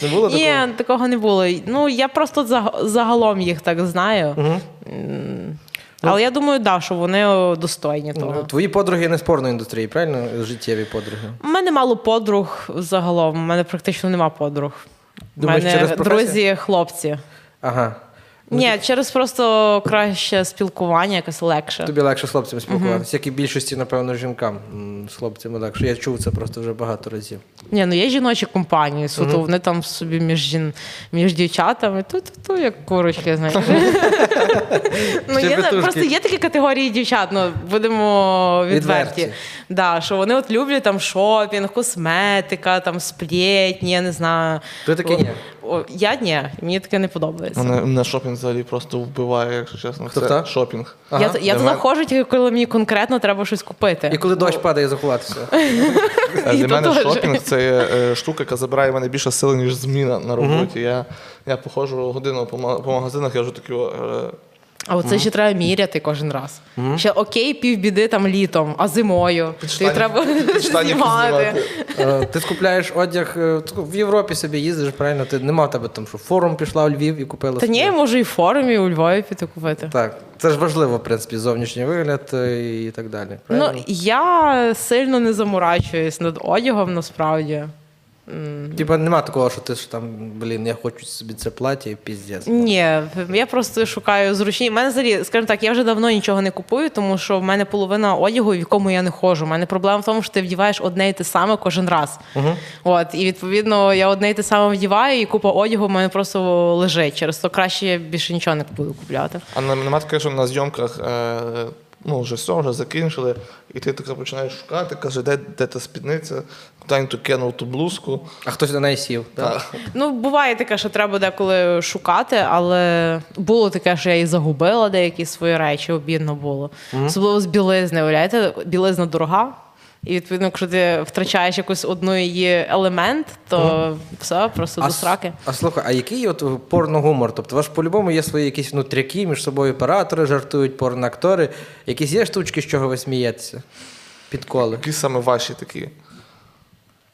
B: Не було
C: Ні,
B: такого?
C: такого не було. Ну, я просто заг- загалом їх так знаю. М, Але я думаю, да, що вони о, достойні того.
B: Ну, Твої подруги не з порноіндустрії, правильно? Життєві подруги.
C: У мене мало подруг загалом, у мене практично нема подруг. У
B: Думаєш,
C: мене
B: через професію? Ну,
C: друзі, хлопці.
B: Ага.
C: Ні, через просто краще спілкування, якесь легше.
B: Тобі легше з хлопцями спілкуватися, як і більшості, напевно, жінкам м, з хлопцями так. Що я чув це просто вже багато разів.
C: Ні, ну є жіночі компанії, суто вони там собі між жін... між дівчатами, ту ту ту як курочки, знаєш. ну, є,
B: Щебетушки.
C: просто є такі категорії дівчат, ну будемо відверті.
B: Відверті.
C: Да, що вони от люблять там шопінг, косметика, там сплетні, я не знаю.
B: Ти таке
C: О,
B: ні? Ну,
C: о, я ні, мені таке не подобається.
A: Мене, мене шопінг взагалі просто вбиває, якщо чесно.
B: Хто
A: це
B: та?
A: шопінг.
C: Я,
B: ну, Ага.
C: т- я туди
A: Давай.
C: ходжу, тільки коли мені конкретно треба щось купити.
B: І коли дощ падає заховатися.
A: Е, Для
C: то
A: мене
C: дуже.
A: шопінг це є, е, штука, яка забирає в мене більше сили, ніж зміна на роботі. Я, я походжу годину по, ма- по магазинах, я вже такий. о, е,
C: А оце ще треба міряти кожен раз. Ще окей, півбіди там літом, а зимою. Ти
A: штанів-
C: треба
A: під штанів
C: знімати.
B: Е, Ти скупляєш одяг е, таку- в Європі собі їздиш, правильно? Ти нема в тебе там, що форум пішла у Львів і купила.
C: Та ні,
B: собі.
C: я можу і в форумі, і у Львові піти купити.
B: Так, це ж важливо, в принципі, зовнішній вигляд е, і так далі.
C: Ну,
B: Правильно?
C: я сильно не заморачуюсь над одягом насправді.
B: Типа нема такого, що ти ж там, блін, я хочу собі це плаття і піздець.
C: Ні, я просто шукаю зручні. У мене взагалі, скажімо так, я вже давно нічого не купую, тому що в мене половина одягу, в якому я не ходжу. У мене проблема в тому, що ти вдіваєш одне і те саме кожен раз. От, і відповідно я одне і те саме вдіваю, і купа одягу в мене просто лежить. Через то краще я більше нічого не буду купляти.
A: А не- нема таке, що на зйомках е, ну, вже все, вже закінчили, і ти така починаєш шукати, каже, де, де та спідниця, куди він то кинув ту блузку.
B: А хтось на неї сів. Так?
C: Ну, буває таке, що треба деколи шукати, але було таке, що я і загубила деякі свої речі, обідно було. Особливо з білизни. Уявляєте, білизна дорога. І відповідно, якщо ти втрачаєш якусь одну її елемент, то все просто
B: А,
C: до сраки.
B: с- а слухай, а який от е, порногумор? Тобто, у вас ж по-любому є свої якісь внутряки, між собою оператори жартують, порноактори. Якісь є штучки, з чого ви смієтеся? Підколи.
A: Які саме ваші такі?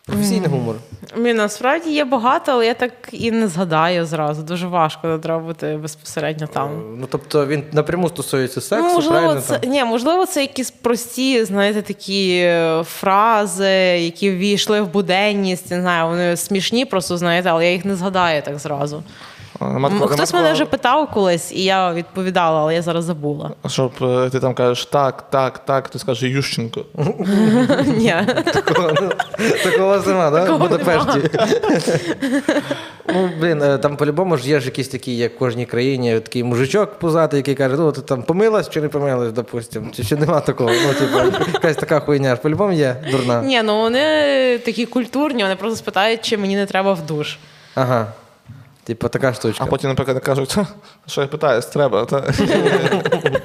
B: Професійний гумор.
C: Мені насправді є багато, але я так і не згадаю зразу. Дуже важко треба бути безпосередньо там.
B: Ну тобто він напряму стосується сексу,
C: ну, можливо,
B: правильно?
C: це
B: там?
C: ні, можливо, це якісь прості, знаєте, такі е, фрази, які ввійшли в буденність. Не знаю, вони смішні, просто знаєте, але я їх не згадаю так зразу.
A: Е, Нема
C: М,
A: такого-
C: Хтось
A: нема
C: мене вже
A: такого,
C: питав колись, і я відповідала, але я зараз забула.
A: Щоб е, ти там кажеш так, так, так, ти скажеш Ющенко.
C: Ні.
B: Такого, ну, такого у вас нема, да? В
C: Такого
B: Будапешті. Ну, блін, е, там по-любому ж є ж якісь такі, як в кожній країні, такий мужичок пузатий, який каже, ну ти там помилась чи не помилась, допустим. Чи ще нема такого? Ну, типу, якась така хуйня ж по-любому є дурна.
C: Ні, ну вони такі культурні, вони просто спитають, чи мені не треба в душ.
B: Ага. Типу така штучка.
A: А потім, наприклад, кажуть, «Ха, що я питаюсь, треба. Та?
B: Типа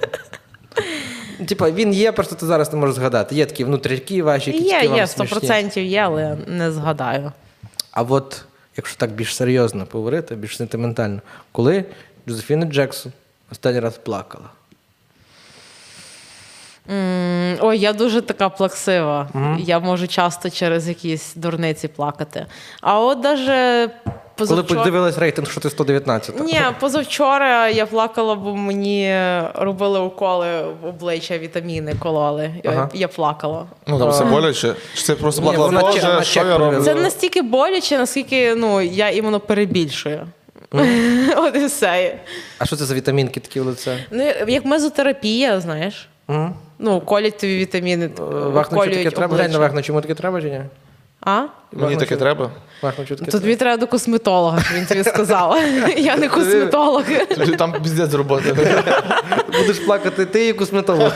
B: Типу, він є, просто ти зараз не можеш згадати. Є такі внутрішні ваші, які
C: Є,
B: тільки вам
C: є,
B: смішні.
C: 100% є, але не згадаю.
B: А от, якщо так більш серйозно поговорити, більш сентиментально, коли Джозефіна Джексон останній раз плакала.
C: М, Ой, я дуже така плаксива. Я можу часто через якісь дурниці плакати. А от даже
B: Коли
C: позавчора...
B: подивилась рейтинг, що ти 119
C: Ні, позавчора я плакала, бо мені робили уколи в обличчя, вітаміни кололи. Я-
B: Ага.
C: Я плакала.
A: Ну там все боляче. Чи ти просто
B: Ні,
A: плакала,
B: вона чек-
A: Боже,
B: вона
A: що
B: чек
A: я роблю?
B: привела.
C: Це настільки боляче, наскільки ну, я іменно перебільшую. От і все.
B: А що це за вітамінки такі в лице?
C: Ну, як мезотерапія, знаєш.
B: Мгм.
C: Ну, колять тобі вітаміни, т-
B: Вахнучу Е, таке
C: колюють
B: треба? Глянь на
C: обличчя.
B: вахнучу, йому таке треба чи ні?
C: А?
A: Мені таке треба.
B: Вахнучу таке
C: То
B: треба.
C: тобі треба до косметолога, щоб він тобі сказав. Я не косметолог.
A: Тобі Там піздець роботи.
B: Будеш плакати ти і косметолог.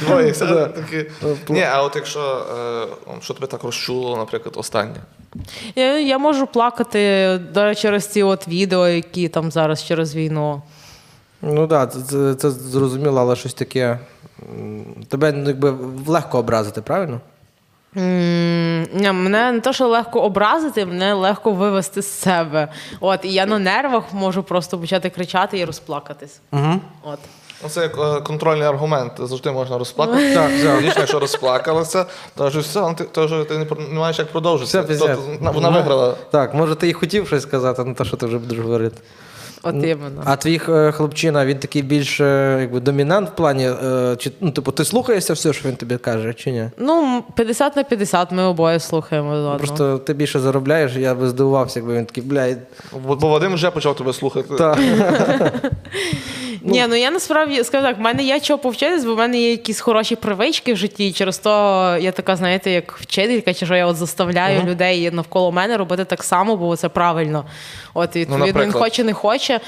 A: Двоє сидять такі. Ні, а от якщо е, що тебе так розчуло, наприклад, останнє.
C: Я, я можу плакати да, через ці от відео, які там зараз через війну.
B: Ну так, це, це, це зрозуміло, але щось таке. м, Тебе ну, якби легко образити, правильно?
C: М, ні, Мене не то, що легко образити, мене легко вивести з себе. От, і я на нервах можу просто почати кричати і розплакатись.
B: Угу.
C: От.
A: Ну, це як е, контрольний аргумент. Завжди можна розплакатися.
B: Ну, Так, так.
A: Звісно, якщо розплакалася, то вже все, ну, ти, то вже ти не, про- не маєш як продовжити.
B: Все, Ну. пізня.
A: Тобто, на- вона виграла.
B: Так, може, ти і хотів щось сказати, але те, що ти вже будеш говорити.
C: От
B: Ну,
C: іменно.
B: А твій е, хлопчина, він такий більш е, якби, домінант в плані, е, чи, ну, типу, ти слухаєшся все, що він тобі каже, чи ні?
C: Ну, м, 50 на 50 ми обоє слухаємо. один одного.
B: Просто ти більше заробляєш, я би здивувався, якби він такий, блядь,
A: Бо, бо Вадим вже почав тебе слухати.
B: та.
C: Ні, ну я насправді скажу так, в мене є чого повчитись, бо в мене є якісь хороші привички в житті. і Через то я така, знаєте, як вчителька, чи що я от заставляю людей навколо мене робити так само, бо це правильно. От і, відповідно, він
A: наприклад?
C: хоче, не хоче.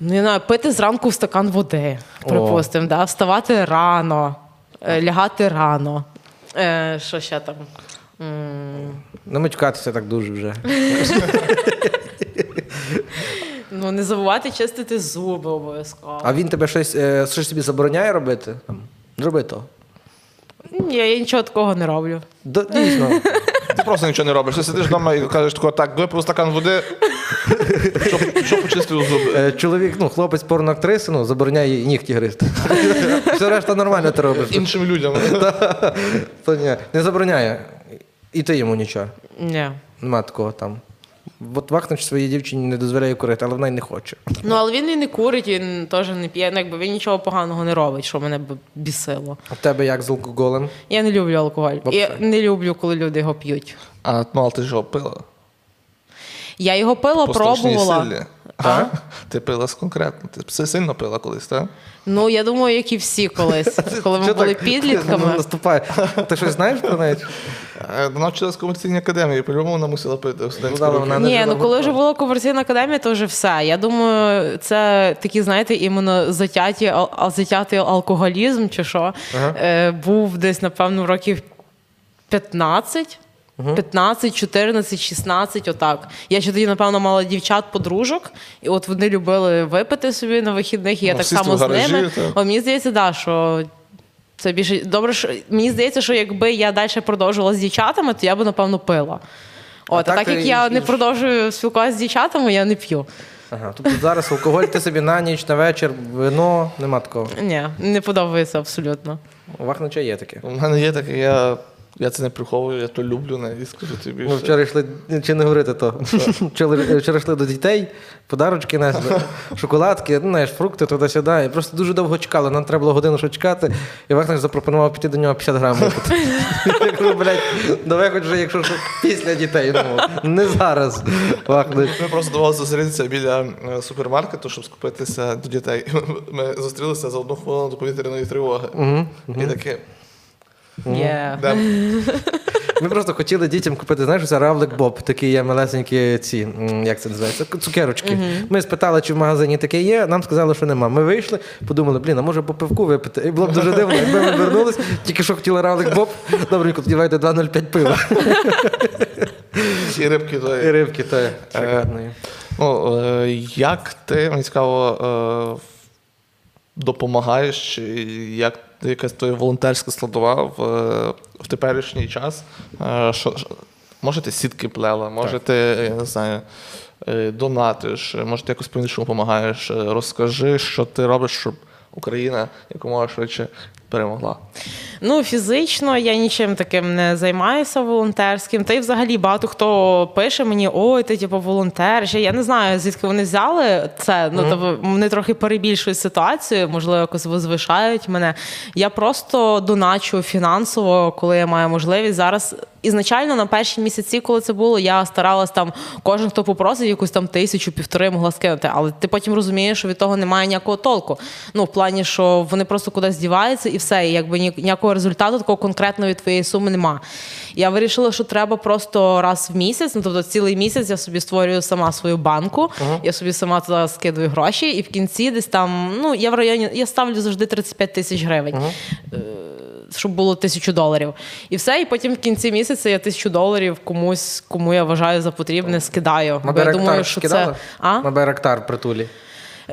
C: Ну, не знаю, пити зранку в стакан води, припустимо, да? вставати рано, е, лягати рано. Е, що ще там? М,
B: Не матюкатися так дуже вже.
C: Ну, не забувати чистити зуби обов'язково.
B: А він тебе щось, е, щось тобі забороняє робити? Там, Зроби то.
C: Ні, я нічого такого не роблю.
B: Да, дійсно.
A: Ти просто нічого не робиш. Ти сидиш вдома і кажеш тако, так, дуй просто стакан води, щоб, щоб почистив зуби.
B: Е, Чоловік, ну, хлопець порноактриси, ну, забороняє їй нігті гризти. Все решта нормально ти робиш.
A: Іншим людям.
B: То ні, не забороняє. І ти йому нічого.
C: Ні.
B: Нема такого там. От Вахнич своїй дівчині не дозволяє курити, але вона й не хоче.
C: Ну, але він і не курить, і він теж не п'є. Ну, якби він нічого поганого не робить, що мене б бісило.
B: А в тебе як з алкоголем?
C: Я не люблю алкоголь. Я
B: Вообще.
C: не люблю, коли люди його п'ють.
A: А мало ти що, пила?
C: Я його пила,
A: Постовичні
C: пробувала.
A: сіллі. Так? Ти пила з- конкретно. Ти все сильно пила колись, так?
C: Ну, я думаю, як і всі колись, коли ми
B: Що
C: були
B: так? Ну,
C: підлітками.
B: Наступає. Ти щось знаєш про неї?
A: Е, Вона вчилась в комерційній академії, по-любому вона мусила пити в студентські
B: Ну,
A: роки.
B: да, вона- не
C: Ні,
B: жила
C: ну
B: в
C: коли
B: Україні.
C: вже була комерційна академія, то вже все. Я думаю, це такі, знаєте, іменно затяті, ал- ал- затятий алкоголізм чи що. Е, був десь, напевно, років 15. 15, 14, 16, отак. Я ще тоді, напевно, мала дівчат, подружок, і от вони любили випити собі на вихідних, і я
A: Ну,
C: так
A: всі
C: само
A: в
C: з
A: гаражі,
C: ними.
A: так.
C: О, мені здається, да, що це більше добре. Що... Мені здається, що якби я далі продовжувала з дівчатами, то я би напевно пила. От, а
B: так
C: так,
B: ти
C: як я
B: і-
C: не продовжую спілкуватися з дівчатами, я не п'ю.
B: Ага, тобто зараз алкоголь ти собі на ніч, на вечір, вино, нема такого.
C: Ні, не подобається абсолютно.
B: У Вахнича є таке.
A: У мене є таке, я Я це не приховую, я то люблю не, і скажу тобі.
B: Ми
A: що-
B: Ну, вчора йшли, чи не говорити то. Вчора- Вчора йшли до дітей, подарочки несли, шоколадки, ну, знаєш, фрукти туди-сюди. І просто дуже довго чекали. Нам треба було годину що чекати. І Вахнер запропонував піти до нього 50 грамів. Я кажу, блядь, давай хоч вже, якщо що, після дітей. Ну, не зараз. Вахнер.
A: Ми просто давали зустрітися біля е, супермаркету, щоб скупитися до дітей. Ми зустрілися за одну хвилину до повітряної тривоги. І таке.
C: Є.
A: Да.
B: Ми просто хотіли дітям купити, знаєш, це равлик Боб, такі є малесенькі ці, м, як це називається, цукерочки. Ми спитали, чи в магазині таке є, нам сказали, що нема. Ми вийшли, подумали, блін, а може по пивку випити. І було б дуже дивно, якби ми вернулись, тільки що хотіли равлик Боб. Добренько, тоді давайте 2,05 пива.
A: І рибки
B: І
A: тої.
B: рибки то є. шикарної.
A: Ну, е, як ти, мені цікаво, е, допомагаєш, чи як ти- якась твоя волонтерська складова в, е, в теперішній час? Е, Що, що- може, ти сітки плела, може, ти, я не знаю, е, донатиш, може, ти якось по-іншому допомагаєш. Е, Розкажи, що ти робиш, щоб Україна якомога швидше перемогла.
C: Ну, фізично я нічим таким не займаюся волонтерським. Та й взагалі багато хто пише мені: ой, ти типу волонтер. Ще я не знаю, звідки вони взяли це. Ну тобто вони трохи перебільшують ситуацію, можливо, якось возвишають мене. Я просто доначу фінансово, коли я маю можливість. Зараз ізначально на перші місяці, коли це було, я старалась там кожен, хто попросив, якусь там тисячу, півтори могла скинути. Але ти потім розумієш, що від того немає ніякого толку. Ну, в плані, що вони просто кудись діваються і все. І якби ні- ніякого результату такого конкретного від твоєї суми нема. Я вирішила, що треба просто раз в місяць, ну тобто цілий місяць я собі створюю сама свою банку, я собі сама туди скидую гроші, і в кінці десь там, ну я в районі, я ставлю завжди 35 тисяч гривень щоб було тисячу доларів. І все, і потім в кінці місяця я тисячу доларів комусь, кому я вважаю за потрібне, скидаю. Бо я
B: Маберактар
C: думаю, що
B: скидала?
C: це. А?
B: Маберактар притулі.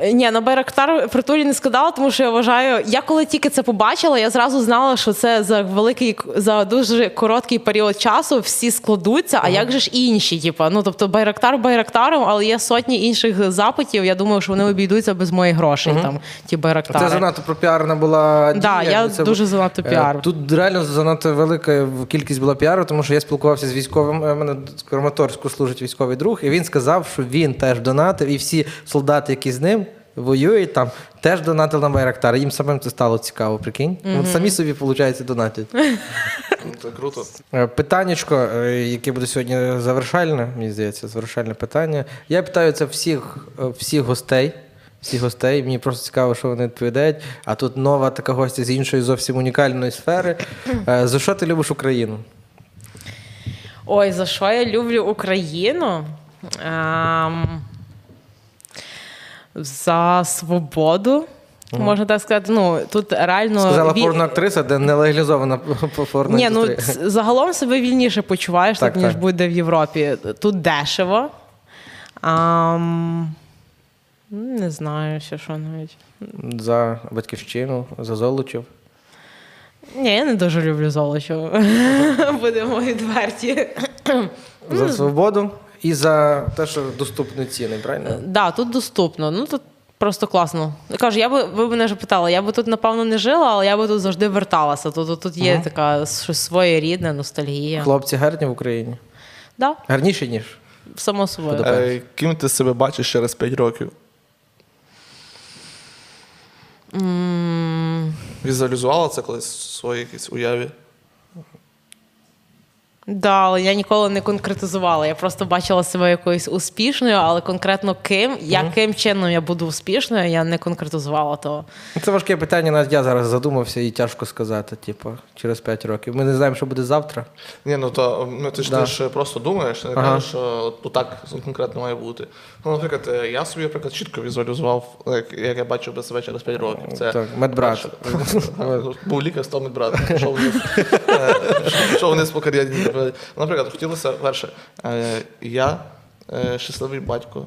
C: Е, Ні, на Байрактар притулі не скидала, тому що я вважаю, я коли тільки це побачила, я зразу знала, що це за великий за дуже короткий період часу всі складуться. А як же ж інші? Типа, ну тобто Байрактар Байрактаром, але є сотні інших запитів. Я думаю, що вони обійдуться без моїх грошей. Там ті Байрактари.
B: Це занадто пропіарна була дія.
C: Да, я
B: це
C: дуже занадто піар.
B: Е, Тут реально занадто велика кількість була піару, тому що я спілкувався з військовим. е, У мене з Краматорську служить військовий друг, і він сказав, що він теж донатив, і всі солдати, які з ним. Воюють там, теж донатили на Байрактар. Їм самим це стало цікаво, прикинь. От самі собі, виходить, донатять.
A: Це круто.
B: Е, Питаннячко, е, яке буде сьогодні завершальне, мені здається, завершальне питання. Я питаю це всіх, е, всіх гостей. Всіх гостей, мені просто цікаво, що вони відповідають. А тут нова така гостя з іншої зовсім унікальної сфери. Е, За що ти любиш Україну?
C: Ой, за що я люблю Україну? Ем, за свободу. Можна так сказати, ну тут реально
B: Сказала
C: ві-
B: порноактриса, де не легалізована порно.
C: Ні, ну ц- загалом себе вільніше почуваєш,
B: Так,
C: так, ніж
B: так.
C: буде в Європі. Тут дешево. Ам, не знаю, ще що навіть.
B: за батьківщину, за золочів.
C: Ні, я не дуже люблю золочо. Будемо відверті.
B: За свободу і за те, що доступні ціни, правильно?
C: Да, тут доступно. Ну тут просто класно. Я Кажу, я би ви мене вже питали, я би тут напевно не жила, але я би тут завжди верталася. Тобто тут є така щось своєрідна ностальгія.
B: Хлопці гарні в Україні.
C: Да,
B: Гарніші, ніж.
C: само собою.
B: Подобається.
A: Е, Ким ти себе бачиш через 5 років?
C: М,
A: Візуалізувала це колись в своїй якійсь уяві?
C: Да, але я ніколи не конкретизувала. Я просто бачила себе якоюсь успішною, але конкретно ким, яким чином я буду успішною, я не конкретизувала того.
B: Це важке питання, навіть я зараз задумався і тяжко сказати, типу, через 5 років. Ми не знаємо, що буде завтра.
A: Ні, ну то ну, ти ж
B: Да.
A: ти ж просто думаєш, не
B: Ага.
A: кажеш, що от, отак конкретно має бути. Ну, наприклад, е, я собі наприклад, чітко візуалізував, ну, як, як я бачив би себе через 5 років. Це
B: Так, медбрат.
A: перше. Ну, Був лікар, став медбратом. Пішов вниз. Е, Пішов вниз по кар'єрі. Наприклад, хотілося перше. е, Я е, щасливий батько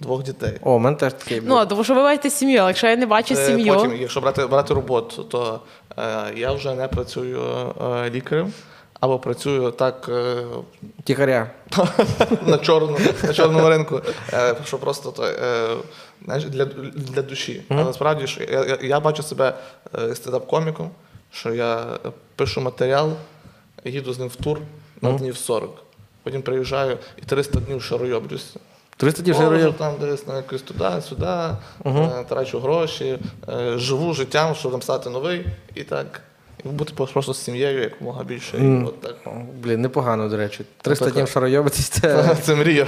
A: двох дітей.
B: О, у мене теж такий був.
C: Ну а тому що ви маєте сім'ю, але якщо я не бачу
A: Е,
C: сім'ю,
A: Потім, якщо брати, брати роботу, то е, я вже не працюю е, лікарем або працюю так е,
B: Тіхаря.
A: на чорному, на чорному ринку. Е, що просто то, е, знаєш, для, для душі. А насправді що я, я, я бачу себе е, стендап-коміком, що я пишу матеріал, їду з ним в тур на днів 40. Потім приїжджаю і 300 днів шароєблюся.
B: 300 днів
A: Можу
B: жирою.
A: там десь на якось туди, сюди, е, трачу гроші, е, живу життям, щоб там стати новий і так. І бути просто з сім'єю якомога більше. І от так.
B: Блін, непогано, до речі. 300
A: Отака.
B: днів шароєбитись це.
A: Це мрія.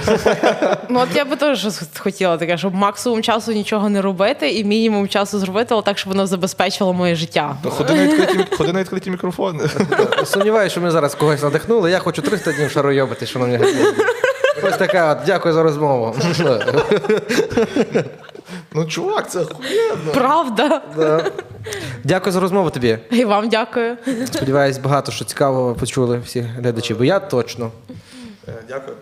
C: Ну от я би теж щось хотіла таке, щоб максимум часу нічого не робити і мінімум часу зробити, але так, щоб воно забезпечило моє життя.
A: Ну, Ходи на відкриті, ходи на відкриті мікрофони.
B: Сумніваюся, що ми зараз когось надихнули. Я хочу 300 днів шароєбитись, шановні глядачі. Ось така, от, дякую за розмову.
A: ну, чувак, це охуєнно.
C: Правда?
B: Да. Дякую за розмову тобі.
C: І вам дякую.
B: Сподіваюсь, багато що цікавого почули всі глядачі, бо я точно.
A: Е, Дякую.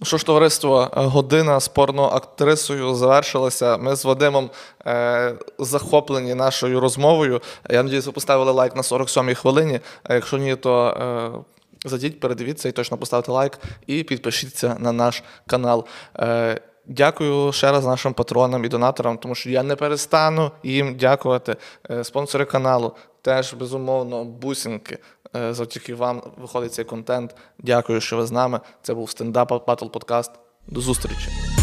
A: Ну Що ж, товариство, е, година з порноактрисою завершилася. Ми з Вадимом е, захоплені нашою розмовою. Я надіюсь, ви поставили лайк на 47-й хвилині. А якщо ні, то е, зайдіть, передивіться і точно поставте лайк і підпишіться на наш канал. Е, Дякую ще раз нашим патронам і донаторам, тому що я не перестану їм дякувати. Е, Спонсори каналу теж безумовно бусинки. Е, Завдяки вам виходить цей контент. Дякую, що ви з нами. Це був стендап Battle Podcast. До зустрічі.